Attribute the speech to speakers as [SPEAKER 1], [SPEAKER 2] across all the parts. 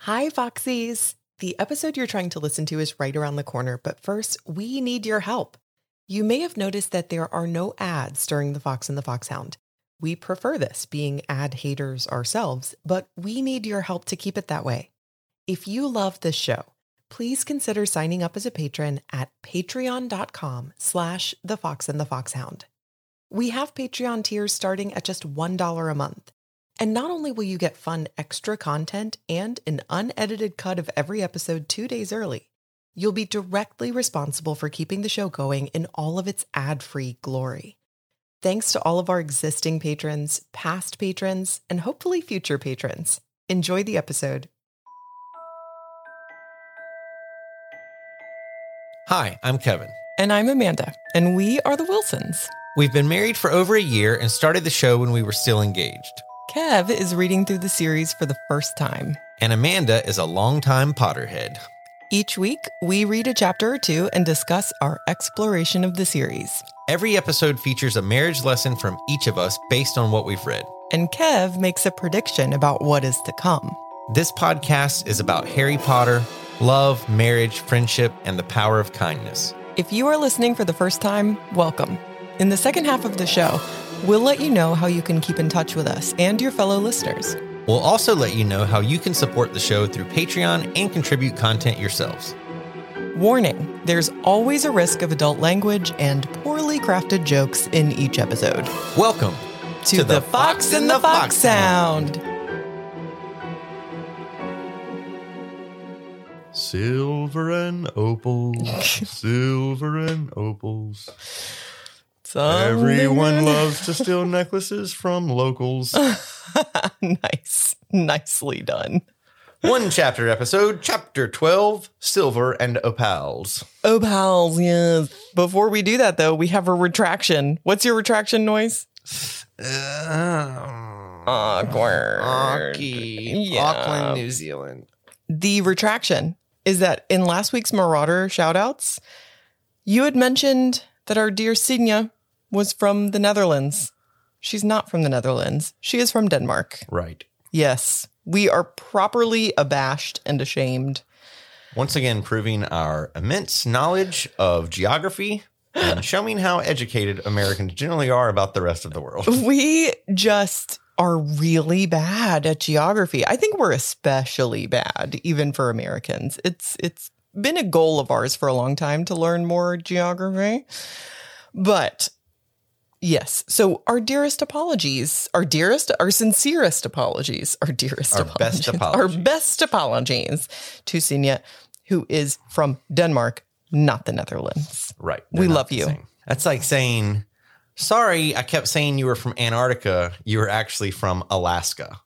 [SPEAKER 1] Hi, Foxies. The episode you're trying to listen to is right around the corner, but first, we need your help. You may have noticed that there are no ads during The Fox and the Foxhound. We prefer this, being ad haters ourselves, but we need your help to keep it that way. If you love this show, please consider signing up as a patron at patreon.com slash the fox and the foxhound. We have Patreon tiers starting at just $1 a month. And not only will you get fun extra content and an unedited cut of every episode two days early, you'll be directly responsible for keeping the show going in all of its ad free glory. Thanks to all of our existing patrons, past patrons, and hopefully future patrons. Enjoy the episode.
[SPEAKER 2] Hi, I'm Kevin.
[SPEAKER 1] And I'm Amanda, and we are the Wilsons.
[SPEAKER 2] We've been married for over a year and started the show when we were still engaged.
[SPEAKER 1] Kev is reading through the series for the first time.
[SPEAKER 2] And Amanda is a longtime Potterhead.
[SPEAKER 1] Each week, we read a chapter or two and discuss our exploration of the series.
[SPEAKER 2] Every episode features a marriage lesson from each of us based on what we've read.
[SPEAKER 1] And Kev makes a prediction about what is to come.
[SPEAKER 2] This podcast is about Harry Potter, love, marriage, friendship, and the power of kindness.
[SPEAKER 1] If you are listening for the first time, welcome. In the second half of the show, we'll let you know how you can keep in touch with us and your fellow listeners.
[SPEAKER 2] We'll also let you know how you can support the show through Patreon and contribute content yourselves.
[SPEAKER 1] Warning there's always a risk of adult language and poorly crafted jokes in each episode.
[SPEAKER 2] Welcome
[SPEAKER 1] to, the, Fox and the Fox Sound.
[SPEAKER 3] Silver and opals, silver and opals.
[SPEAKER 4] Oh,
[SPEAKER 3] Everyone loves to steal necklaces from locals.
[SPEAKER 1] nice, nicely done.
[SPEAKER 2] One chapter episode, chapter 12
[SPEAKER 3] Silver and opals.
[SPEAKER 1] Oh, pals, yes. Before we do that, though, we have a retraction. What's your retraction noise?
[SPEAKER 4] Oh,
[SPEAKER 1] Awkward. Yeah.
[SPEAKER 4] Auckland, New Zealand.
[SPEAKER 1] The retraction is that in last week's Marauder shoutouts, you had mentioned that our dear Signa was from the Netherlands. She's not from the Netherlands. She is from Denmark.
[SPEAKER 3] Right.
[SPEAKER 1] Yes, we are properly abashed and ashamed.
[SPEAKER 2] Once again, proving our immense knowledge of geography and showing how educated Americans generally are about the rest of the world.
[SPEAKER 1] We just are really bad at geography. I think we're especially bad even for Americans. It's it's been a goal of ours for a long time to learn more geography. But yes, so our dearest apologies, our dearest our sincerest apologies, our dearest
[SPEAKER 2] Our
[SPEAKER 1] apologies,
[SPEAKER 2] best
[SPEAKER 1] our
[SPEAKER 2] apologies.
[SPEAKER 1] best apologies to Sinia who is from Denmark, not the Netherlands.
[SPEAKER 2] Right.
[SPEAKER 1] We
[SPEAKER 2] They're not
[SPEAKER 1] love
[SPEAKER 2] the
[SPEAKER 1] you.
[SPEAKER 2] same. That's like saying, sorry, I kept saying you were from Antarctica. You were actually from Alaska.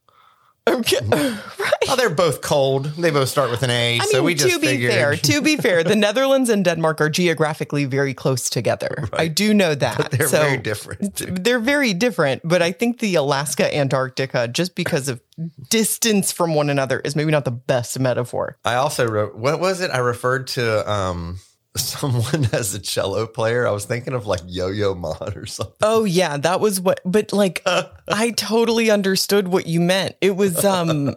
[SPEAKER 1] Okay. right.
[SPEAKER 2] Oh, they're both cold. They both start with an A.
[SPEAKER 1] I mean,
[SPEAKER 2] so we just
[SPEAKER 1] to be
[SPEAKER 2] figured.
[SPEAKER 1] fair, to be fair, the Netherlands and Denmark are geographically very close together. I do know that.
[SPEAKER 2] they're
[SPEAKER 1] so
[SPEAKER 2] very different.
[SPEAKER 1] they're very different, but I think the Alaska Antarctica, just because of distance from one another, is maybe not the best metaphor.
[SPEAKER 2] I also wrote, what was it? I referred to um, someone as a cello player. I was thinking of like Yo Yo Ma or something.
[SPEAKER 1] Oh yeah, that was what. But like, I totally understood what you meant. It was um,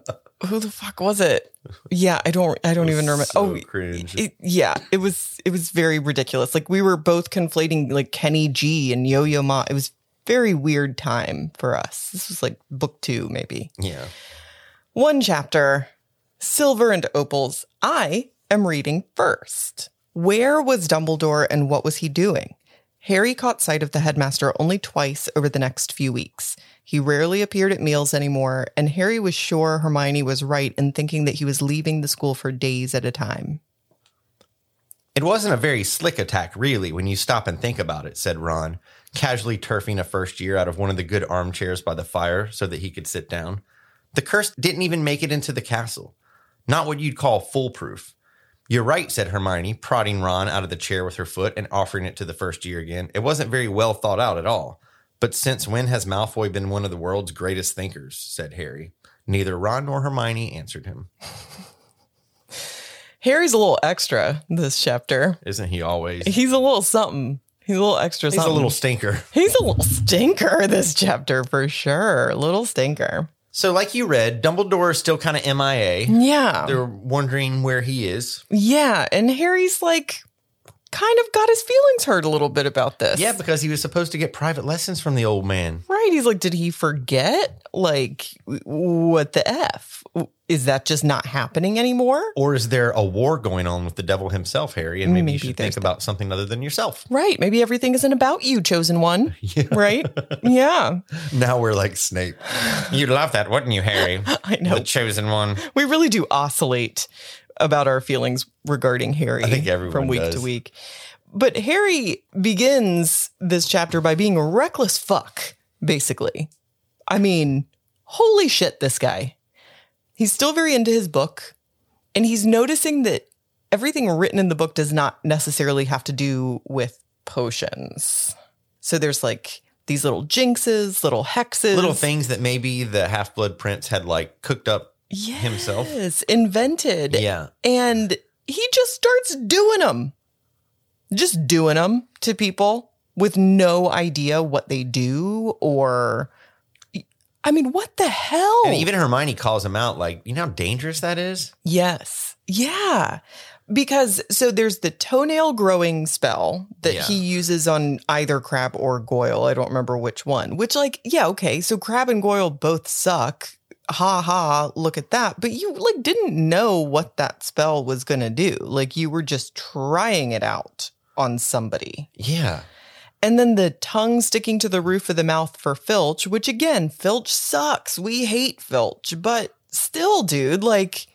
[SPEAKER 1] who the fuck was it? Yeah, I don't, I don't even remember.
[SPEAKER 2] So
[SPEAKER 1] oh,
[SPEAKER 2] cringe.
[SPEAKER 1] it, yeah, it was it was very ridiculous. Like we were both conflating like Kenny G and Yo Yo Ma. It was very weird time for us. This was like book two, maybe
[SPEAKER 2] yeah.
[SPEAKER 1] one chapter, Silver and Opals. I am reading first. Where was Dumbledore and what was he doing? Harry caught sight of the headmaster only twice over the next few weeks. He rarely appeared at meals anymore, and Harry was sure Hermione was right in thinking that he was leaving the school for days at a time.
[SPEAKER 2] It wasn't a very slick attack, really, when you stop and think about it, said Ron, casually turfing a first year out of one of the good armchairs by the fire so that he could sit down. The curse didn't even make it into the castle. Not what you'd call foolproof. You're right, said Hermione, prodding Ron out of the chair with her foot and offering it to the first year again. It wasn't very well thought out at all. But since when has Malfoy been one of the world's greatest thinkers? said Harry. Neither Ron nor Hermione answered him.
[SPEAKER 1] Harry's a little extra this chapter.
[SPEAKER 2] Isn't he always?
[SPEAKER 1] He's a little something. He's a little extra
[SPEAKER 2] He's a
[SPEAKER 1] something.
[SPEAKER 2] little stinker.
[SPEAKER 1] He's a little stinker this chapter for sure. Little stinker.
[SPEAKER 2] So, like you read, Dumbledore is still kind of
[SPEAKER 3] Mm-hmm.
[SPEAKER 2] MIA.
[SPEAKER 1] Yeah.
[SPEAKER 2] They're wondering where he is.
[SPEAKER 1] yeah. And Harry's like kind of got his feelings hurt a little bit about this.
[SPEAKER 2] Yeah, because he was supposed to get private lessons from the old man.
[SPEAKER 1] Right. He's like, did he forget? Like, w- what the F? W- Is that just not happening anymore?
[SPEAKER 2] Or is there a war going on with the devil himself, Harry? And maybe,
[SPEAKER 1] Maybe
[SPEAKER 2] you should
[SPEAKER 1] there's
[SPEAKER 2] think about something other than yourself.
[SPEAKER 1] Right. Maybe everything isn't about you, chosen one. Right. Yeah.
[SPEAKER 3] Now we're like Snape.
[SPEAKER 2] You'd love that, wouldn't you, Harry?
[SPEAKER 1] I know.
[SPEAKER 2] The chosen one.
[SPEAKER 1] we really do oscillate about our feelings regarding Harry
[SPEAKER 3] I think everyone
[SPEAKER 1] from week
[SPEAKER 3] does.
[SPEAKER 1] to week. But Harry begins this chapter by being a reckless fuck, basically. I mean, holy shit, this guy. He's still very into his book, and he's noticing that everything written in the book does not necessarily have to do with potions. So there's like these little jinxes, little hexes,
[SPEAKER 2] Little things that maybe the half blood prince had like cooked up.
[SPEAKER 1] yes,
[SPEAKER 2] himself.
[SPEAKER 1] invented,
[SPEAKER 2] Yeah.
[SPEAKER 1] and he just starts doing them, just doing them to people with no idea what they do or, I mean, what the hell?
[SPEAKER 3] Oh.
[SPEAKER 2] And even Hermione calls him out, like, you know how dangerous that is?
[SPEAKER 1] yes, yeah, because so there's the toenail growing spell that
[SPEAKER 2] Yeah.
[SPEAKER 1] he uses on either Crab or Goyle. I don't remember which one. Which, like, yeah, okay, so Crab and Goyle both suck. Ha ha, look at that. But you like didn't know what that spell was going to do. Like you were just trying it out on somebody.
[SPEAKER 2] Yeah.
[SPEAKER 1] And then the tongue sticking to the roof of the mouth for Filch, which again, Filch sucks. We hate Filch, but still, dude, like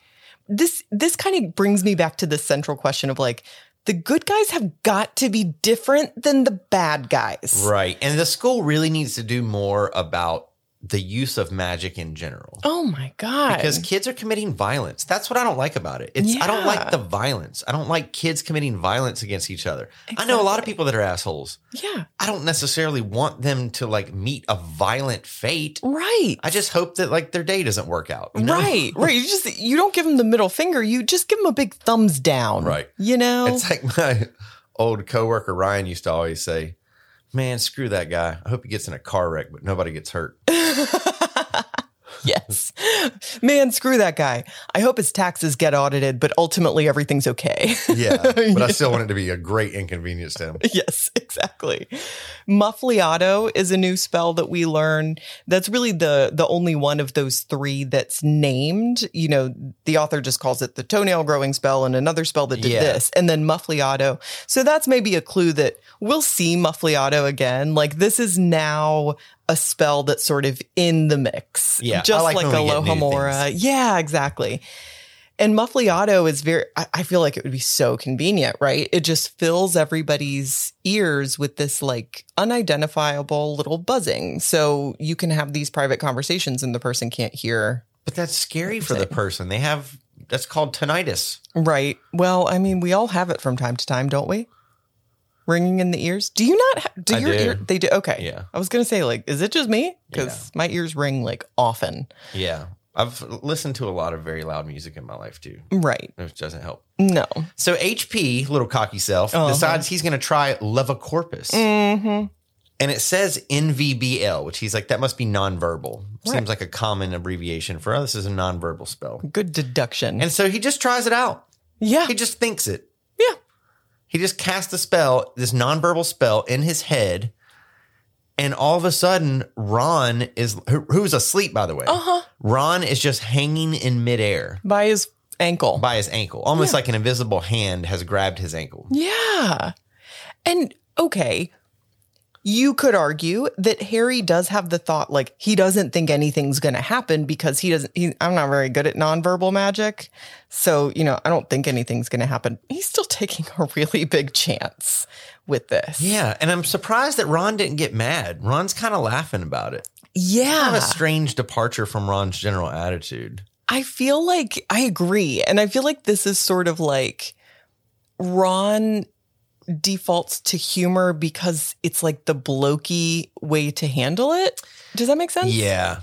[SPEAKER 1] this this kind of brings me back to the central question of like the good guys have got to be different than the bad guys.
[SPEAKER 2] Right. And the school really needs to do more about the use of magic in general.
[SPEAKER 1] Oh my god.
[SPEAKER 2] Because kids are committing violence. That's what I don't like about it. It's I don't
[SPEAKER 1] Yeah.
[SPEAKER 2] like the violence. I don't like kids committing violence against each other. I know a lot of
[SPEAKER 1] Exactly.
[SPEAKER 2] people that are assholes.
[SPEAKER 1] Yeah.
[SPEAKER 2] I don't necessarily want them to like meet a violent fate.
[SPEAKER 1] Right.
[SPEAKER 2] I just hope that like their day doesn't work out. you know?
[SPEAKER 1] Right. Right. You just you don't give them the middle finger, you just give them a big thumbs down.
[SPEAKER 3] Right.
[SPEAKER 1] You know?
[SPEAKER 2] It's like my old coworker Ryan used to always say, "Man, screw that guy. I hope he gets in a car wreck, but nobody gets hurt."
[SPEAKER 1] yes. Man, screw that guy. I hope his taxes get audited, but ultimately everything's okay.
[SPEAKER 3] Yeah, but I still want it to be a great inconvenience to him.
[SPEAKER 1] yes, exactly. Muffliato is a new spell that we learn. That's really the the only one of those 3 that's named. You know, the author just calls it the toenail growing spell and another spell that did
[SPEAKER 2] Yeah.
[SPEAKER 1] this and then muffliato. So that's maybe a clue that we'll see muffliato again. Like this is now a spell that's sort of in the mix.
[SPEAKER 2] Yeah, I
[SPEAKER 1] Just
[SPEAKER 2] like
[SPEAKER 1] like,
[SPEAKER 2] when we get new
[SPEAKER 1] Alohomora. Yeah, exactly. And muffliato is very, I, I feel like it would be so convenient, right? It just fills everybody's ears with this like unidentifiable little buzzing. So you can have these private conversations and the person can't hear.
[SPEAKER 2] But that's scary for the person. They have that's called tinnitus.
[SPEAKER 1] Right. Well, I mean, we all have it from time to time, don't we? Ringing in the ears. Do you not? Ha- do
[SPEAKER 2] I
[SPEAKER 1] your
[SPEAKER 2] do.
[SPEAKER 1] ear? They do. Okay.
[SPEAKER 2] Yeah.
[SPEAKER 1] I was gonna say, like, is it just me? Because my ears ring like often.
[SPEAKER 2] Yeah. I've listened to a lot of very loud music in my life too,
[SPEAKER 1] Right.
[SPEAKER 2] which doesn't help.
[SPEAKER 1] No.
[SPEAKER 2] So HP, little cocky self,
[SPEAKER 1] Uh-huh.
[SPEAKER 2] decides he's going to try Levacorpus.
[SPEAKER 1] Mm-hmm.
[SPEAKER 2] And it says NVBL, which he's like, that must be nonverbal.
[SPEAKER 1] Right.
[SPEAKER 2] Seems like a common abbreviation for, oh, this is a nonverbal spell.
[SPEAKER 1] Good deduction.
[SPEAKER 2] And so he just tries it out.
[SPEAKER 1] yeah.
[SPEAKER 2] He just thinks it.
[SPEAKER 1] Yeah.
[SPEAKER 2] He just casts the spell, this nonverbal spell in his head. And all of a sudden, Ron is, who, who's asleep, by the way.
[SPEAKER 1] Uh huh.
[SPEAKER 2] Ron is just hanging in midair
[SPEAKER 1] By his ankle.
[SPEAKER 2] by his ankle, almost
[SPEAKER 1] Yeah.
[SPEAKER 2] like an invisible hand has grabbed his ankle.
[SPEAKER 1] yeah. And okay. You could argue that Harry does have the thought like he doesn't think anything's going to happen because he doesn't. He, I'm not very good at nonverbal magic. So, you know, I don't think anything's going to happen. He's still taking a really big chance with this.
[SPEAKER 2] Yeah. And I'm surprised that Ron didn't get mad. Ron's kind of laughing about it. Kind
[SPEAKER 1] Yeah.
[SPEAKER 2] of a strange departure from Ron's general attitude.
[SPEAKER 1] I feel like I agree. And I feel like this is sort of like Ron defaults to humor because it's like the blokey way to handle it. Does that make sense?
[SPEAKER 2] Yeah.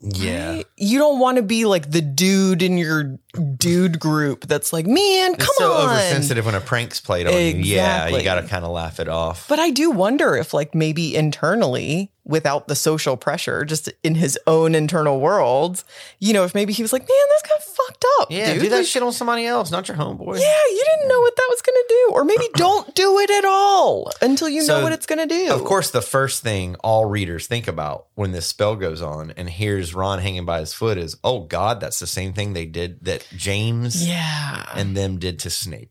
[SPEAKER 2] Yeah.
[SPEAKER 1] Right? You don't want to be like the dude in your dude group that's like, man, come
[SPEAKER 2] it's so
[SPEAKER 1] on.
[SPEAKER 2] oversensitive when a prank's played on you. Yeah,
[SPEAKER 1] Exactly.
[SPEAKER 2] you got to kind of laugh it off.
[SPEAKER 1] But I do wonder if, like, maybe internally without the social pressure, just in his own internal world. You know, if maybe he was like, man, this got fucked up.
[SPEAKER 2] Yeah,
[SPEAKER 1] dude.
[SPEAKER 2] do that
[SPEAKER 1] Like,
[SPEAKER 2] shit on somebody else, not your homeboy.
[SPEAKER 1] Yeah, you didn't know what that was going to do. Or maybe don't do it at all until you
[SPEAKER 2] So,
[SPEAKER 1] know what it's going to do.
[SPEAKER 2] Of course, the first thing all readers think about when this spell goes on and hears Ron hanging by his foot is, oh God, that's the same thing they did that James
[SPEAKER 1] Yeah.
[SPEAKER 2] and them did to Snape.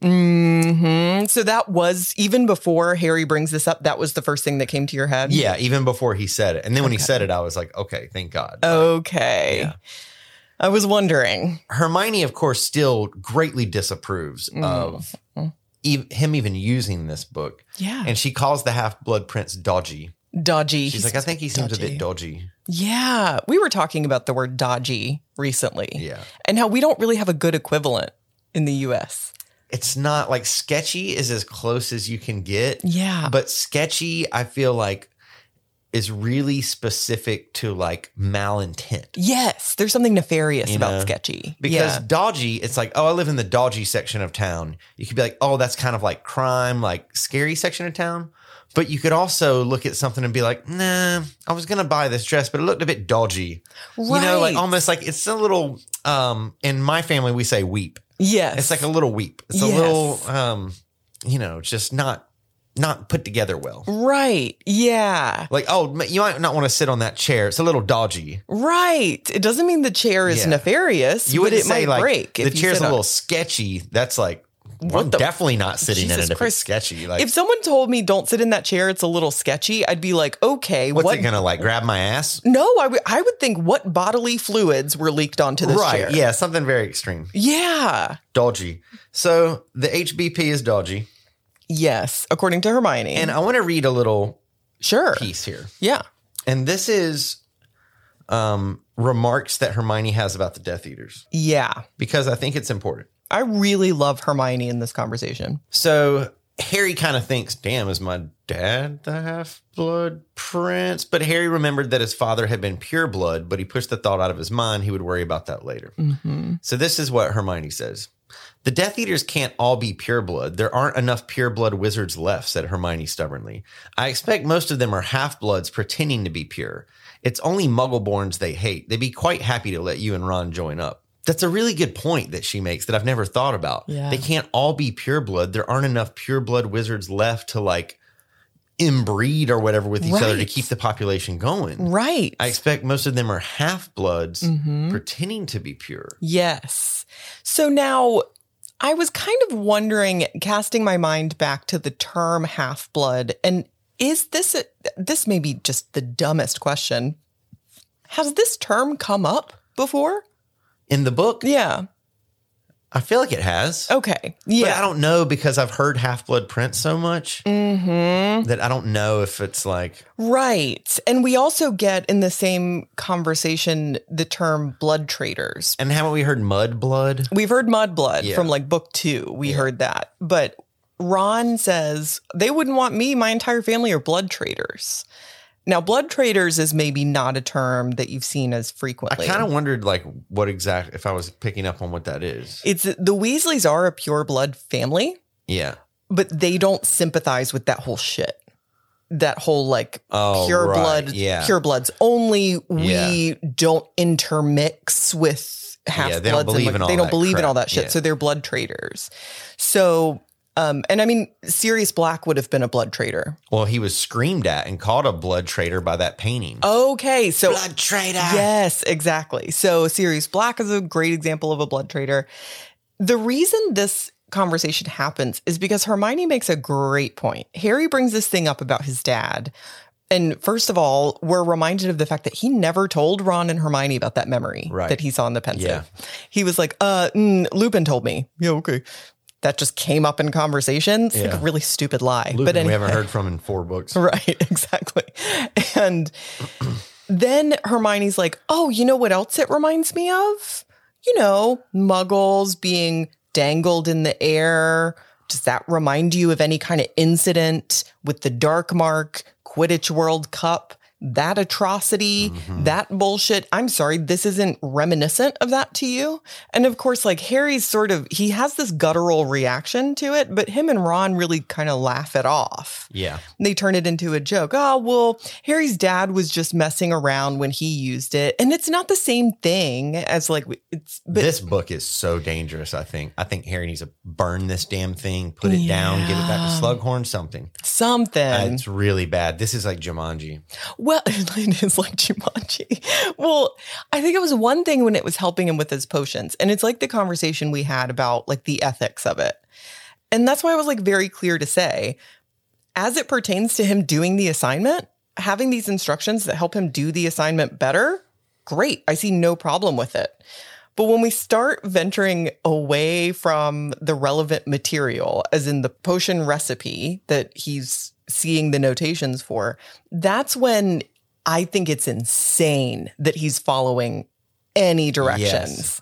[SPEAKER 1] hmm So that was even before Harry brings this up. That was the first thing that came to your head.
[SPEAKER 2] Yeah, even before he said it. And then when he
[SPEAKER 1] Mm-hmm. Okay.
[SPEAKER 2] said it, I was like, okay, thank God.
[SPEAKER 1] Okay.
[SPEAKER 2] Yeah.
[SPEAKER 1] I was wondering.
[SPEAKER 2] Hermione, of course, still greatly disapproves of
[SPEAKER 1] Mhm.
[SPEAKER 2] e- him even using this book.
[SPEAKER 1] Yeah.
[SPEAKER 2] And she calls the half blood prince dodgy.
[SPEAKER 1] dodgy.
[SPEAKER 2] She's like, I think he seems a bit dodgy.
[SPEAKER 1] yeah. We were talking about the word dodgy recently
[SPEAKER 2] Yeah.
[SPEAKER 1] and how we don't really have a good equivalent in the US.
[SPEAKER 2] It's not like sketchy is as close as you can get.
[SPEAKER 1] Yeah.
[SPEAKER 2] but sketchy i feel like is really specific to like malintent
[SPEAKER 1] Yes. There's something nefarious
[SPEAKER 2] You
[SPEAKER 1] about
[SPEAKER 2] know,
[SPEAKER 1] sketchy.
[SPEAKER 2] because
[SPEAKER 1] Yeah.
[SPEAKER 2] dodgy it's like oh i live in the dodgy section of town you could be like oh that's kind of like crime like scary section of town but you could also look at something and be like nah i was gonna buy this dress but it looked a bit dodgy you know like um,
[SPEAKER 1] Right.
[SPEAKER 2] almost like it's a little um in my family we say weep
[SPEAKER 1] yes.
[SPEAKER 2] it's like a little weep it's a
[SPEAKER 1] Yes.
[SPEAKER 2] little um you know just not not put together well
[SPEAKER 1] Right. Yeah.
[SPEAKER 2] Like, oh, ma- you might not want to sit on that chair. It's a little dodgy.
[SPEAKER 1] Right. It doesn't mean the chair is
[SPEAKER 2] Yeah.
[SPEAKER 1] nefarious.
[SPEAKER 2] You
[SPEAKER 1] but
[SPEAKER 2] wouldn't
[SPEAKER 1] it
[SPEAKER 2] say
[SPEAKER 1] might
[SPEAKER 2] like
[SPEAKER 1] break.
[SPEAKER 2] the
[SPEAKER 1] if you
[SPEAKER 2] chair's
[SPEAKER 1] sit
[SPEAKER 2] a
[SPEAKER 1] on-
[SPEAKER 2] little sketchy. That's like, well,
[SPEAKER 1] What
[SPEAKER 2] I'm
[SPEAKER 1] the-
[SPEAKER 2] definitely not sitting in
[SPEAKER 1] Jesus
[SPEAKER 2] it if it's
[SPEAKER 1] Christ.
[SPEAKER 2] sketchy. Like,
[SPEAKER 1] if someone told me don't sit in that chair, it's a little sketchy, I'd be like, okay,
[SPEAKER 2] what's
[SPEAKER 1] what?
[SPEAKER 2] it gonna like? Grab my ass?
[SPEAKER 1] no, I would- I would think what bodily fluids were leaked onto this
[SPEAKER 2] right?
[SPEAKER 1] chair.
[SPEAKER 2] Yeah, something very extreme,
[SPEAKER 1] Yeah.
[SPEAKER 2] dodgy. So the HBP is dodgy,
[SPEAKER 1] Yes, according to Hermione.
[SPEAKER 2] and uh, I want to read a little
[SPEAKER 1] sure.
[SPEAKER 2] piece here,
[SPEAKER 1] Yeah.
[SPEAKER 2] and this is um, remarks that Hermione has about the Death Eaters
[SPEAKER 1] Yeah.
[SPEAKER 2] because I think it's important.
[SPEAKER 1] I really love Hermione in this conversation.
[SPEAKER 2] So Harry kind of thinks, damn, is my dad the half blood prince? But Harry remembered that his father had been pure blood, but he pushed the thought out of his mind. He would worry about that later.
[SPEAKER 1] Mm-hmm.
[SPEAKER 2] So this is what Hermione says. The Death Eaters can't all be pure blood. There aren't enough pure blood wizards left, said Hermione stubbornly. I expect most of them are half bloods pretending to be pure. It's only muggleborns they hate. They'd be quite happy to let you and Ron join up. That's a really good point that she makes that I've never thought about.
[SPEAKER 1] Yeah.
[SPEAKER 2] They can't all be pure blood. There aren't enough pure blood wizards left to like inbreed or whatever with each other to
[SPEAKER 1] Right.
[SPEAKER 2] keep the population going.
[SPEAKER 1] Right.
[SPEAKER 2] I expect most of them are half bloods
[SPEAKER 1] Mhm.
[SPEAKER 2] pretending to be pure.
[SPEAKER 1] Yes. So now I was kind of wondering, casting my mind back to the term half blood, and is this, a, this may be just the dumbest question. Has this term come up before?
[SPEAKER 2] In the book,
[SPEAKER 1] Yeah.
[SPEAKER 2] I feel like it has.
[SPEAKER 1] Okay.
[SPEAKER 2] But I
[SPEAKER 1] Yeah.
[SPEAKER 2] don't know because I've heard Half Blood Prince so much
[SPEAKER 1] Mm-hmm.
[SPEAKER 2] that I don't know if it's like
[SPEAKER 1] Right. And we also get in the same conversation the term blood traitors.
[SPEAKER 2] and haven't we heard Mud Blood?
[SPEAKER 1] We've heard mud blood
[SPEAKER 2] Yeah.
[SPEAKER 1] from like book two. We
[SPEAKER 2] Yeah.
[SPEAKER 1] heard that. But Ron says they wouldn't want me. My entire family are blood traders. Now, blood traders is maybe not a term that you've seen as
[SPEAKER 2] I
[SPEAKER 1] frequently.
[SPEAKER 2] kind of wondered like what exact if I was picking up on what that is.
[SPEAKER 1] It's the Weasleys are a pure blood family,
[SPEAKER 2] Yeah.
[SPEAKER 1] but they don't sympathize with that whole shit. That whole like
[SPEAKER 2] Oh,
[SPEAKER 1] pure
[SPEAKER 2] right.
[SPEAKER 1] blood,
[SPEAKER 2] Yeah.
[SPEAKER 1] pure bloods only. We don't intermix with half
[SPEAKER 2] Yeah, they don't
[SPEAKER 1] bloods.
[SPEAKER 2] believe
[SPEAKER 1] and, like,
[SPEAKER 2] in all
[SPEAKER 1] they don't
[SPEAKER 2] that
[SPEAKER 1] believe in
[SPEAKER 2] crap.
[SPEAKER 1] all that shit.
[SPEAKER 2] Yeah.
[SPEAKER 1] So they're blood traders. So, um, and I mean, Sirius Black would have been a blood trader.
[SPEAKER 2] Well, he was screamed at and called a blood traitor by that painting.
[SPEAKER 1] Oh, Okay, so
[SPEAKER 2] traitor.
[SPEAKER 1] Yes, exactly. So Sirius Black is a great example of a blood traitor. The reason this conversation happens is because Hermione makes a great point. Harry brings this thing up about his dad. And first of all, we're reminded of the fact that he never told Ron and Hermione about that memory
[SPEAKER 2] Right.
[SPEAKER 1] that he saw in the pensive. He was like, uh, mm, Lupin told me. Yeah, okay. That just came up in conversation. It's like
[SPEAKER 2] Yeah.
[SPEAKER 1] a really stupid lie.
[SPEAKER 2] Lupin,
[SPEAKER 1] but
[SPEAKER 2] we
[SPEAKER 1] anyway.
[SPEAKER 2] haven't heard from in four books.
[SPEAKER 1] Right, exactly. And then Hermione's like, oh, you know what else it reminds me of? You know, muggles being dangled in the air. Does that remind you of any kind of incident with the Dark Mark, Quidditch World Cup? that atrocity, that bullshit. I'm sorry, this isn't reminiscent of that to you. And of course, like Harry's sort of, he has this guttural reaction to it, but him and Ron really kind of laugh it off.
[SPEAKER 2] Yeah.
[SPEAKER 1] They turn it into a joke. Oh, well, Harry's dad was just messing around when he used it. And it's not the same thing as like, it's, but
[SPEAKER 2] this book is so dangerous, I think. I think Harry needs to burn this damn thing, put it down, give it back to
[SPEAKER 1] Yeah.
[SPEAKER 2] Slughorn, something.
[SPEAKER 1] something.
[SPEAKER 2] Uh, it's really bad. This is like Jumanji.
[SPEAKER 1] Well, it is like Jumanji. Well, I think it was one thing when it was helping him with his potions. And it's like the conversation we had about like the ethics of it. And that's why I was like very clear to say, as it pertains to him doing the assignment, having these instructions that help him do the assignment better, great. I see no problem with it. But when we start venturing away from the relevant material, as in the potion recipe that he's seeing the notations for, that's when I think it's insane that he's following any directions.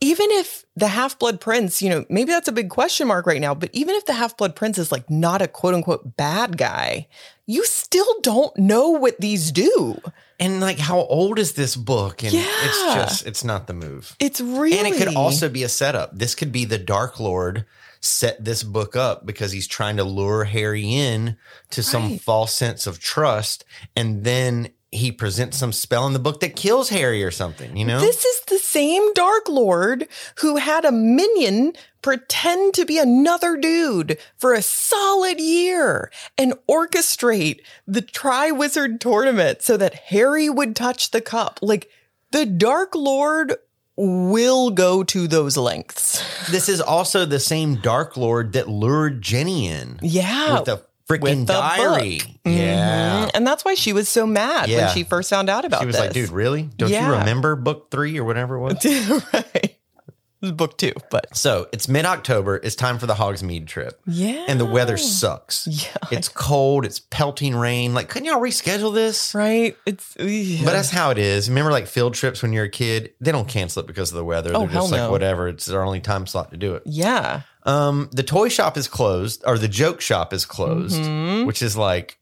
[SPEAKER 1] Even if the Half Blood Prince, you know, maybe that's a big question mark right now, but even if the Half Blood Prince is like not a quote unquote bad guy, you still don't know what these do.
[SPEAKER 2] And like, how old is this book? And it's
[SPEAKER 1] Yeah.
[SPEAKER 2] just, it's not the move.
[SPEAKER 1] It's really.
[SPEAKER 2] And it could also be a setup. This could be the Dark Lord set this book up because he's trying to lure Harry in to some
[SPEAKER 1] Right.
[SPEAKER 2] false sense of trust. And then he presents some spell in the book that kills Harry or something, you know?
[SPEAKER 1] This is the same Dark Lord who had a minion pretend to be another dude for a solid year and orchestrate the Tri Wizard tournament so that Harry would touch the cup. Like the Dark Lord will go to those lengths.
[SPEAKER 2] This is also the same Dark Lord that lured Jenny in
[SPEAKER 1] Yeah.
[SPEAKER 2] with the freaking
[SPEAKER 1] with the
[SPEAKER 2] diary.
[SPEAKER 1] book.
[SPEAKER 2] Yeah.
[SPEAKER 1] Mhm. And that's why she was so mad
[SPEAKER 2] Yeah.
[SPEAKER 1] when she first found out about
[SPEAKER 2] She was
[SPEAKER 1] this.
[SPEAKER 2] like, dude, really? Don't
[SPEAKER 1] Yeah.
[SPEAKER 2] you remember book three or whatever it was?
[SPEAKER 1] right. It was book two, but
[SPEAKER 2] so it's mid October. It's time for the Hogsmeade trip.
[SPEAKER 1] yeah.
[SPEAKER 2] And the weather sucks.
[SPEAKER 1] Yeah.
[SPEAKER 2] It's cold. It's pelting rain. Like, couldn't y'all reschedule this?
[SPEAKER 1] Right? It's yeah.
[SPEAKER 2] But that's how it is. Remember, like field trips when you're a kid, they don't cancel it because of the weather.
[SPEAKER 1] Oh,
[SPEAKER 2] They're just
[SPEAKER 1] hell
[SPEAKER 2] like,
[SPEAKER 1] no.
[SPEAKER 2] whatever. It's their only time slot to do it.
[SPEAKER 1] yeah.
[SPEAKER 2] Um, the toy shop is closed, or the joke shop is closed,
[SPEAKER 1] Mhm.
[SPEAKER 2] which is like,